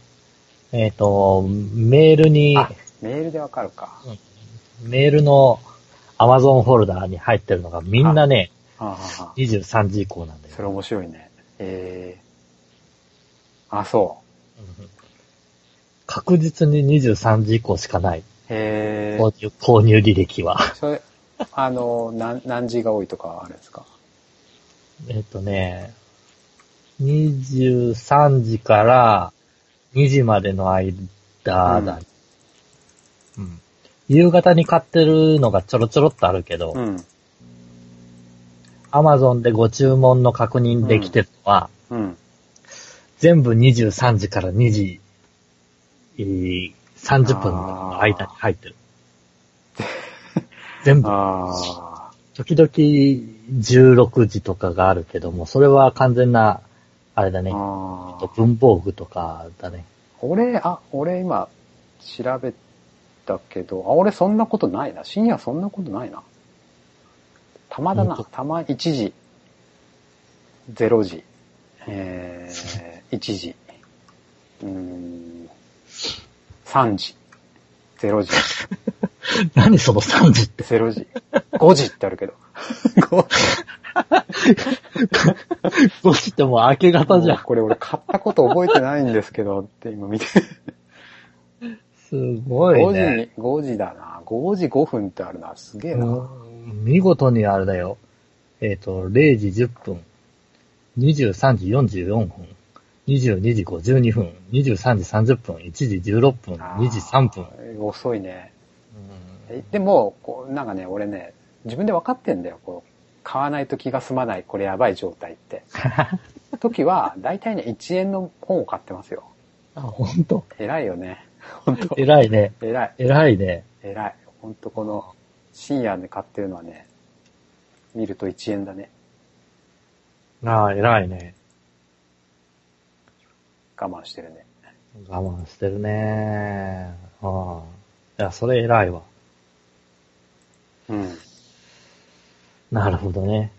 Speaker 2: えっ、と、メールに、
Speaker 1: あ、メールでわかるか。
Speaker 2: メールの Amazon フォルダーに入ってるのがみんなね、
Speaker 1: ああああ
Speaker 2: 23時以降なんだよ。
Speaker 1: それ面白いね。ええあ、そう。
Speaker 2: 確実に23時以降しかない。
Speaker 1: ええ
Speaker 2: 購入購入履歴は。
Speaker 1: それ、あの、何、何字が多いとかはあるんですか
Speaker 2: えっとね、23時から2時までの間だ、ねうん夕方に買ってるのがちょろちょろっとあるけど、
Speaker 1: うん。
Speaker 2: Amazon でご注文の確認できてるのは、
Speaker 1: うん。
Speaker 2: 全部23時から2時、えー30分の間に入ってる。全部。
Speaker 1: ああ。
Speaker 2: 時々16時とかがあるけども、それは完全な、あれだね、
Speaker 1: ああ。
Speaker 2: 文房具とかだね。
Speaker 1: 俺、あ、俺今、調べたけど、あ、俺そんなことないな。深夜そんなことないな。たまだな
Speaker 2: ほんと。
Speaker 1: たま1時、0時、え ー、1時、うーん、3時、0時、
Speaker 2: 何その3時って。
Speaker 1: 0時、5時 ってあるけど。
Speaker 2: どうしても明け方じゃ。
Speaker 1: もうんこれ俺買ったこと覚えてないんですけどって今見て。
Speaker 2: すごい
Speaker 1: 5時
Speaker 2: ね。
Speaker 1: に、5時だな。5時5分ってあるな。すげえな。
Speaker 2: うん見事にあれだよ。えっ、と、0時10分、23時44分、22時52分、23時30分、1時16分、
Speaker 1: あー
Speaker 2: 2時3分。
Speaker 1: 遅いね。
Speaker 2: うん
Speaker 1: えでも、こう、なんかね、俺ね、自分で分かってんだよ。こう、買わないと気が済まない、これやばい状態 って。時は、大体ね、1円の本を買ってますよ。
Speaker 2: あ、ほんと。
Speaker 1: 偉いよね。本当
Speaker 2: 偉いね。
Speaker 1: 偉い。
Speaker 2: 偉いね。
Speaker 1: 偉い。本当この、深夜で買ってるのはね、見ると1円だね。
Speaker 2: ああ、偉いね。
Speaker 1: 我慢してるね。
Speaker 2: 我慢してるね。ああ。いや、それ偉いわ。
Speaker 1: うん。
Speaker 2: なるほどね。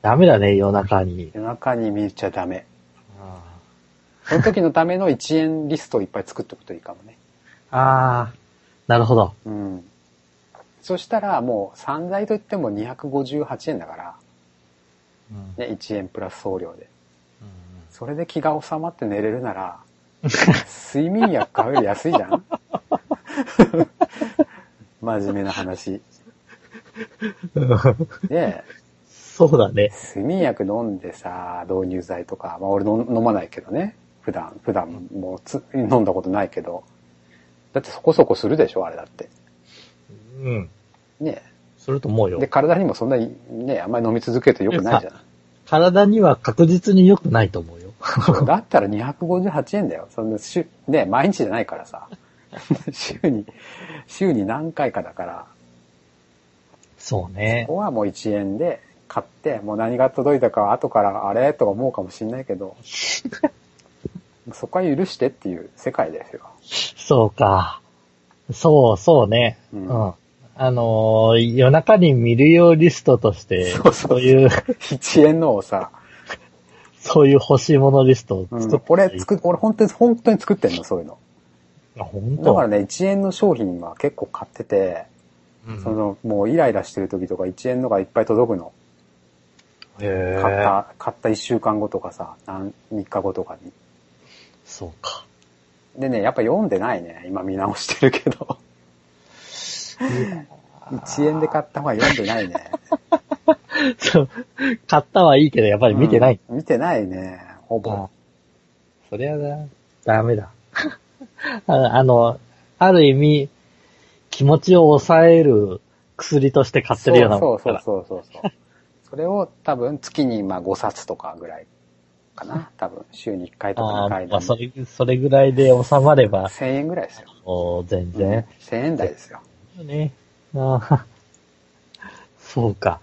Speaker 2: ダメだね、夜中に。
Speaker 1: 夜中に見ちゃダメ。
Speaker 2: あ
Speaker 1: その時のための1円リストをいっぱい作っておくといいかもね。
Speaker 2: あ、なるほど。
Speaker 1: うん。そしたらもう散財といっても258円だから、
Speaker 2: うん
Speaker 1: ね、1円プラス送料で。それで気が収まって寝れるなら、睡眠薬買うより安いじゃんま 真面目な話。
Speaker 2: うん
Speaker 1: で、
Speaker 2: そうだね。
Speaker 1: 睡眠薬飲んでさ、導入剤とか、まあ俺の飲まないけどね。普段、普段もうつ飲んだことないけど。だってそこそこするでしょ、あれだって。
Speaker 2: うん。
Speaker 1: ね
Speaker 2: すると思う
Speaker 1: え
Speaker 2: よ
Speaker 1: で、。体にもそんなにね、あんまり飲み続けると良くないじゃない。
Speaker 2: 体には確実に良くないと思うよ。
Speaker 1: そうだったら258円だよ。そんな週、ね、毎日じゃないからさ。 週に、週に何回かだから、
Speaker 2: そうね
Speaker 1: こ。こはもう1円で買って、もう何が届いたかは後からあれとか思うかもしんないけど、そこは許してっていう世界ですよ。
Speaker 2: そうか。そう、そうね。
Speaker 1: う
Speaker 2: うんん。あのー夜中に見るよリストとして、
Speaker 1: そうそう
Speaker 2: そういう、
Speaker 1: 1円のをさ、
Speaker 2: そういう欲しいものリストを
Speaker 1: う
Speaker 2: 作っ
Speaker 1: ん
Speaker 2: て、、
Speaker 1: 俺作っ、俺本当に、本当に作ってんの、そういうの。
Speaker 2: あ、本当
Speaker 1: だからね、1円の商品は結構買ってて、
Speaker 2: うん
Speaker 1: その、もうイライラしてる時とか1円のがいっぱい届くの。
Speaker 2: へー
Speaker 1: 買った、買った1週間後とかさ、何、3日後とかに。
Speaker 2: そう か。
Speaker 1: でね、やっぱ読んでないね。今見直してるけど。1円で買った方が読んでないね。
Speaker 2: そう。買ったはいいけど、やっぱり見てない。
Speaker 1: うん見てないね、ほぼ。
Speaker 2: そりゃな、ダメだ。 ああの、ある意味、気持ちを抑える薬として買ってるようなも
Speaker 1: そ
Speaker 2: ん
Speaker 1: う
Speaker 2: だか
Speaker 1: そ
Speaker 2: ら
Speaker 1: うそうそうそう。それを多分月にまあ5冊とかぐらいか な。多分週に1回とか
Speaker 2: あ
Speaker 1: 2
Speaker 2: ー
Speaker 1: 回
Speaker 2: ま
Speaker 1: で
Speaker 2: あ、それ、それぐらいで収まれば、
Speaker 1: 1000円ぐらいですよ。
Speaker 2: もう
Speaker 1: う
Speaker 2: 全
Speaker 1: ん
Speaker 2: 然。
Speaker 1: 1000円台ですよ。
Speaker 2: ね。あー そうか。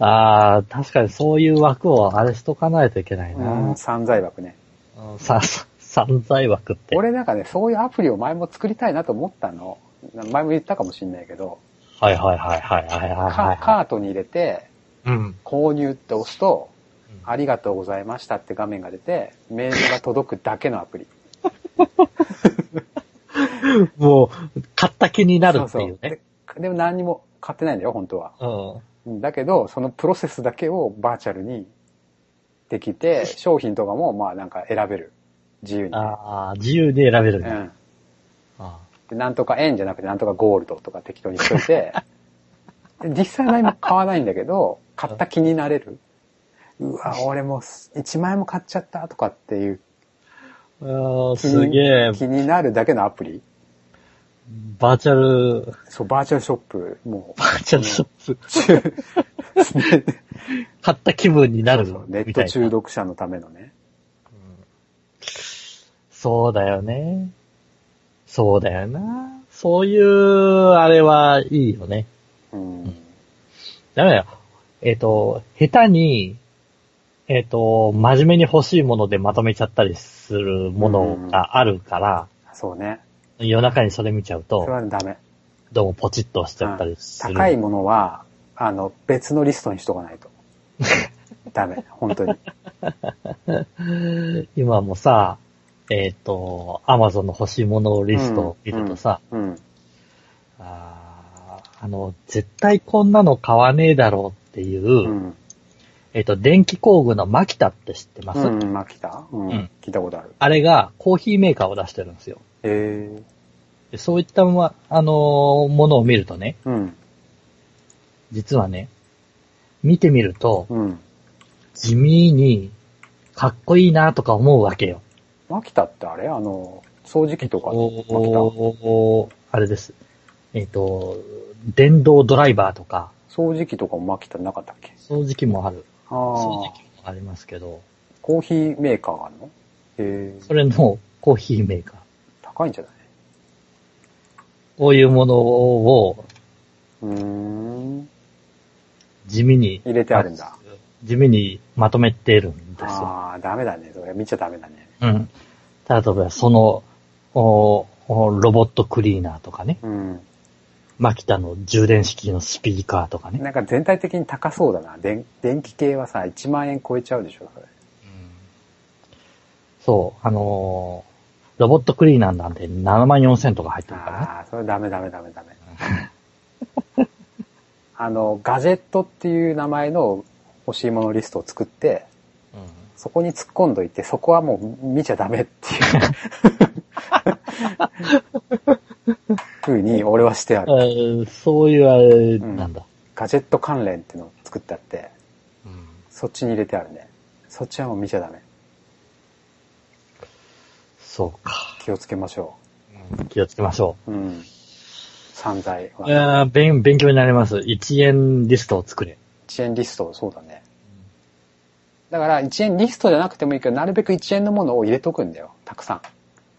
Speaker 2: ああ、確かにそういう枠をあれしとかないといけないうな。
Speaker 1: ん、散財枠ね。
Speaker 2: うん、さ、さ散財枠って。
Speaker 1: 俺なんかね、そういうアプリを前も作りたいなと思ったの。前も言ったかもしんないけど、
Speaker 2: はいはいはいはいはいはいは
Speaker 1: カ
Speaker 2: い。
Speaker 1: カートに入れて、
Speaker 2: うん。
Speaker 1: 購入って押すと、
Speaker 2: うん
Speaker 1: ありがとうございましたって画面が出て、メールが届くだけのアプリ。
Speaker 2: もう、買った気になるって
Speaker 1: そ
Speaker 2: いうう
Speaker 1: そう
Speaker 2: ね
Speaker 1: で。でも何にも買ってないんだよ、本当は。
Speaker 2: うん。
Speaker 1: だけど、そのプロセスだけをバーチャルにできて、商品とかも、まあなんか選べる。自由に。
Speaker 2: ああ、自由で選べる
Speaker 1: う
Speaker 2: ね。
Speaker 1: ん。
Speaker 2: あ
Speaker 1: でなんとか円じゃなくて、なんとかゴールドとか適当にしとい て、で実際何も買わないんだけど、買った気になれる。うわ、俺も1万円も買っちゃったとかっていう
Speaker 2: ーあー
Speaker 1: 気
Speaker 2: すげえ
Speaker 1: に、気になるだけのアプリ。
Speaker 2: バーチャル、
Speaker 1: そう、バーチャルショップ、 もう
Speaker 2: バーチャルショップ、
Speaker 1: 中、
Speaker 2: 買った気分になる
Speaker 1: そうネッ
Speaker 2: みたい
Speaker 1: ト
Speaker 2: な。
Speaker 1: 中毒者のためのね。
Speaker 2: そうだよね。そうだよな。そういう、あれはいいよね。
Speaker 1: うん。
Speaker 2: ダメだよ。えっ、と、下手に、えっ、と、真面目に欲しいものでまとめちゃったりするものがあるから、
Speaker 1: そうね。
Speaker 2: 夜中にそれ見ちゃう
Speaker 1: それ
Speaker 2: と、
Speaker 1: はダメ。
Speaker 2: どうもポチッとしちゃったりする。
Speaker 1: 高いものは、あの、別のリストにしとかない と。ダメ、本当に。
Speaker 2: 今もさ、えっ、と、アマゾンの欲しいものリストを見るとさ、
Speaker 1: うん。
Speaker 2: あーあの、絶対こんなの買わねえだろうっていう、
Speaker 1: うん。
Speaker 2: えっ、と、電気工具のマキタって知ってます、
Speaker 1: うん、まあ、来たうん
Speaker 2: うん。
Speaker 1: 聞いたことある。
Speaker 2: あれがコーヒーメーカーを出してるんですよ。
Speaker 1: へえ。
Speaker 2: でそういった、ま、あのーものを見るとね、
Speaker 1: うん。
Speaker 2: 実はね、見てみると、
Speaker 1: うん。
Speaker 2: 地味に、かっこいいなとか思うわけよ。
Speaker 1: マキタってあれあの、掃除機とか、マキ
Speaker 2: おーあれです。えっ、と、電動ドライバーとか、
Speaker 1: タ掃除機とかもマキタなかったっけ
Speaker 2: 掃除機もある。
Speaker 1: あ
Speaker 2: 掃
Speaker 1: あ
Speaker 2: 除。機もありますけど、
Speaker 1: コーヒーメーカーがあるのへえ。
Speaker 2: それのコーヒーメーカー。
Speaker 1: 高いんじゃない
Speaker 2: こういうものを
Speaker 1: うーん。
Speaker 2: 地味に、
Speaker 1: 入れてあるんだ。
Speaker 2: 地味にまとめてるんですよ。
Speaker 1: ああ、ダメだね。それ見ちゃダメだね。
Speaker 2: うん。ただ、例えばその、おおロボットクリーナーとかね、
Speaker 1: うん。
Speaker 2: マキタの充電式のスピーカーとかね。
Speaker 1: なんか全体的に高そうだな。電電気系はさ、1万円超えちゃうでしょ、それ。
Speaker 2: そう、あのーロボットクリーナーなんて7万4千とか入ってるからね。
Speaker 1: ああ、それダメダメダメダメ。あの、ガジェットっていう名前の欲しいものリストを作って、
Speaker 2: う
Speaker 1: そこに突っ込んどいて、そこはもう見ちゃダメっていう。風に俺はしてある。
Speaker 2: えーそういうあれなんだ。
Speaker 1: ガジェット関連ってのを作ってあって、
Speaker 2: うん
Speaker 1: そっちに入れてあるね。そっちはもう見ちゃダメ。
Speaker 2: そうか。
Speaker 1: 気をつけましょ
Speaker 2: 気をつけましょ
Speaker 1: う。うん。散財
Speaker 2: う。
Speaker 1: は。
Speaker 2: いやー勉勉強になります。1円リストを作れ。
Speaker 1: 1円リスト、そうだね。だから1円リストじゃなくてもいいけど、なるべく1円のものを入れとくんだよ。たくさん。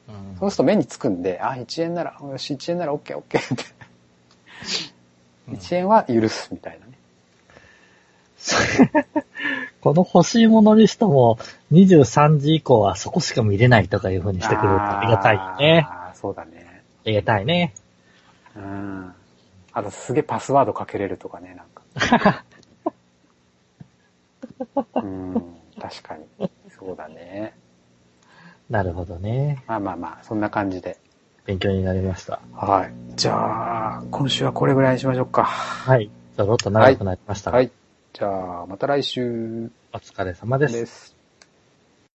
Speaker 2: うん
Speaker 1: そうすると目につくんで、あ、1円なら、よし、1円なら OK、OK って。
Speaker 2: うん
Speaker 1: 1円は許すみたいなね。
Speaker 2: この欲しいものリストも23時以降はそこしか見れないとかいう風にしてくれるとありがたいね。あ
Speaker 1: あーそうだね。
Speaker 2: りがたいね。
Speaker 1: うん。あとすげえパスワードかけれるとかね、なんか。 うん、確かに。そうだね。
Speaker 2: なるほどね。
Speaker 1: まあまあまあ、そんな感じで。
Speaker 2: 勉強になりました。
Speaker 1: はい。じゃあ、今週はこれぐらいにしましょうか。
Speaker 2: はい。ちょろっと長くなりましたが、
Speaker 1: はい。じゃあ、また来週
Speaker 2: お疲れ様で。
Speaker 1: ですす。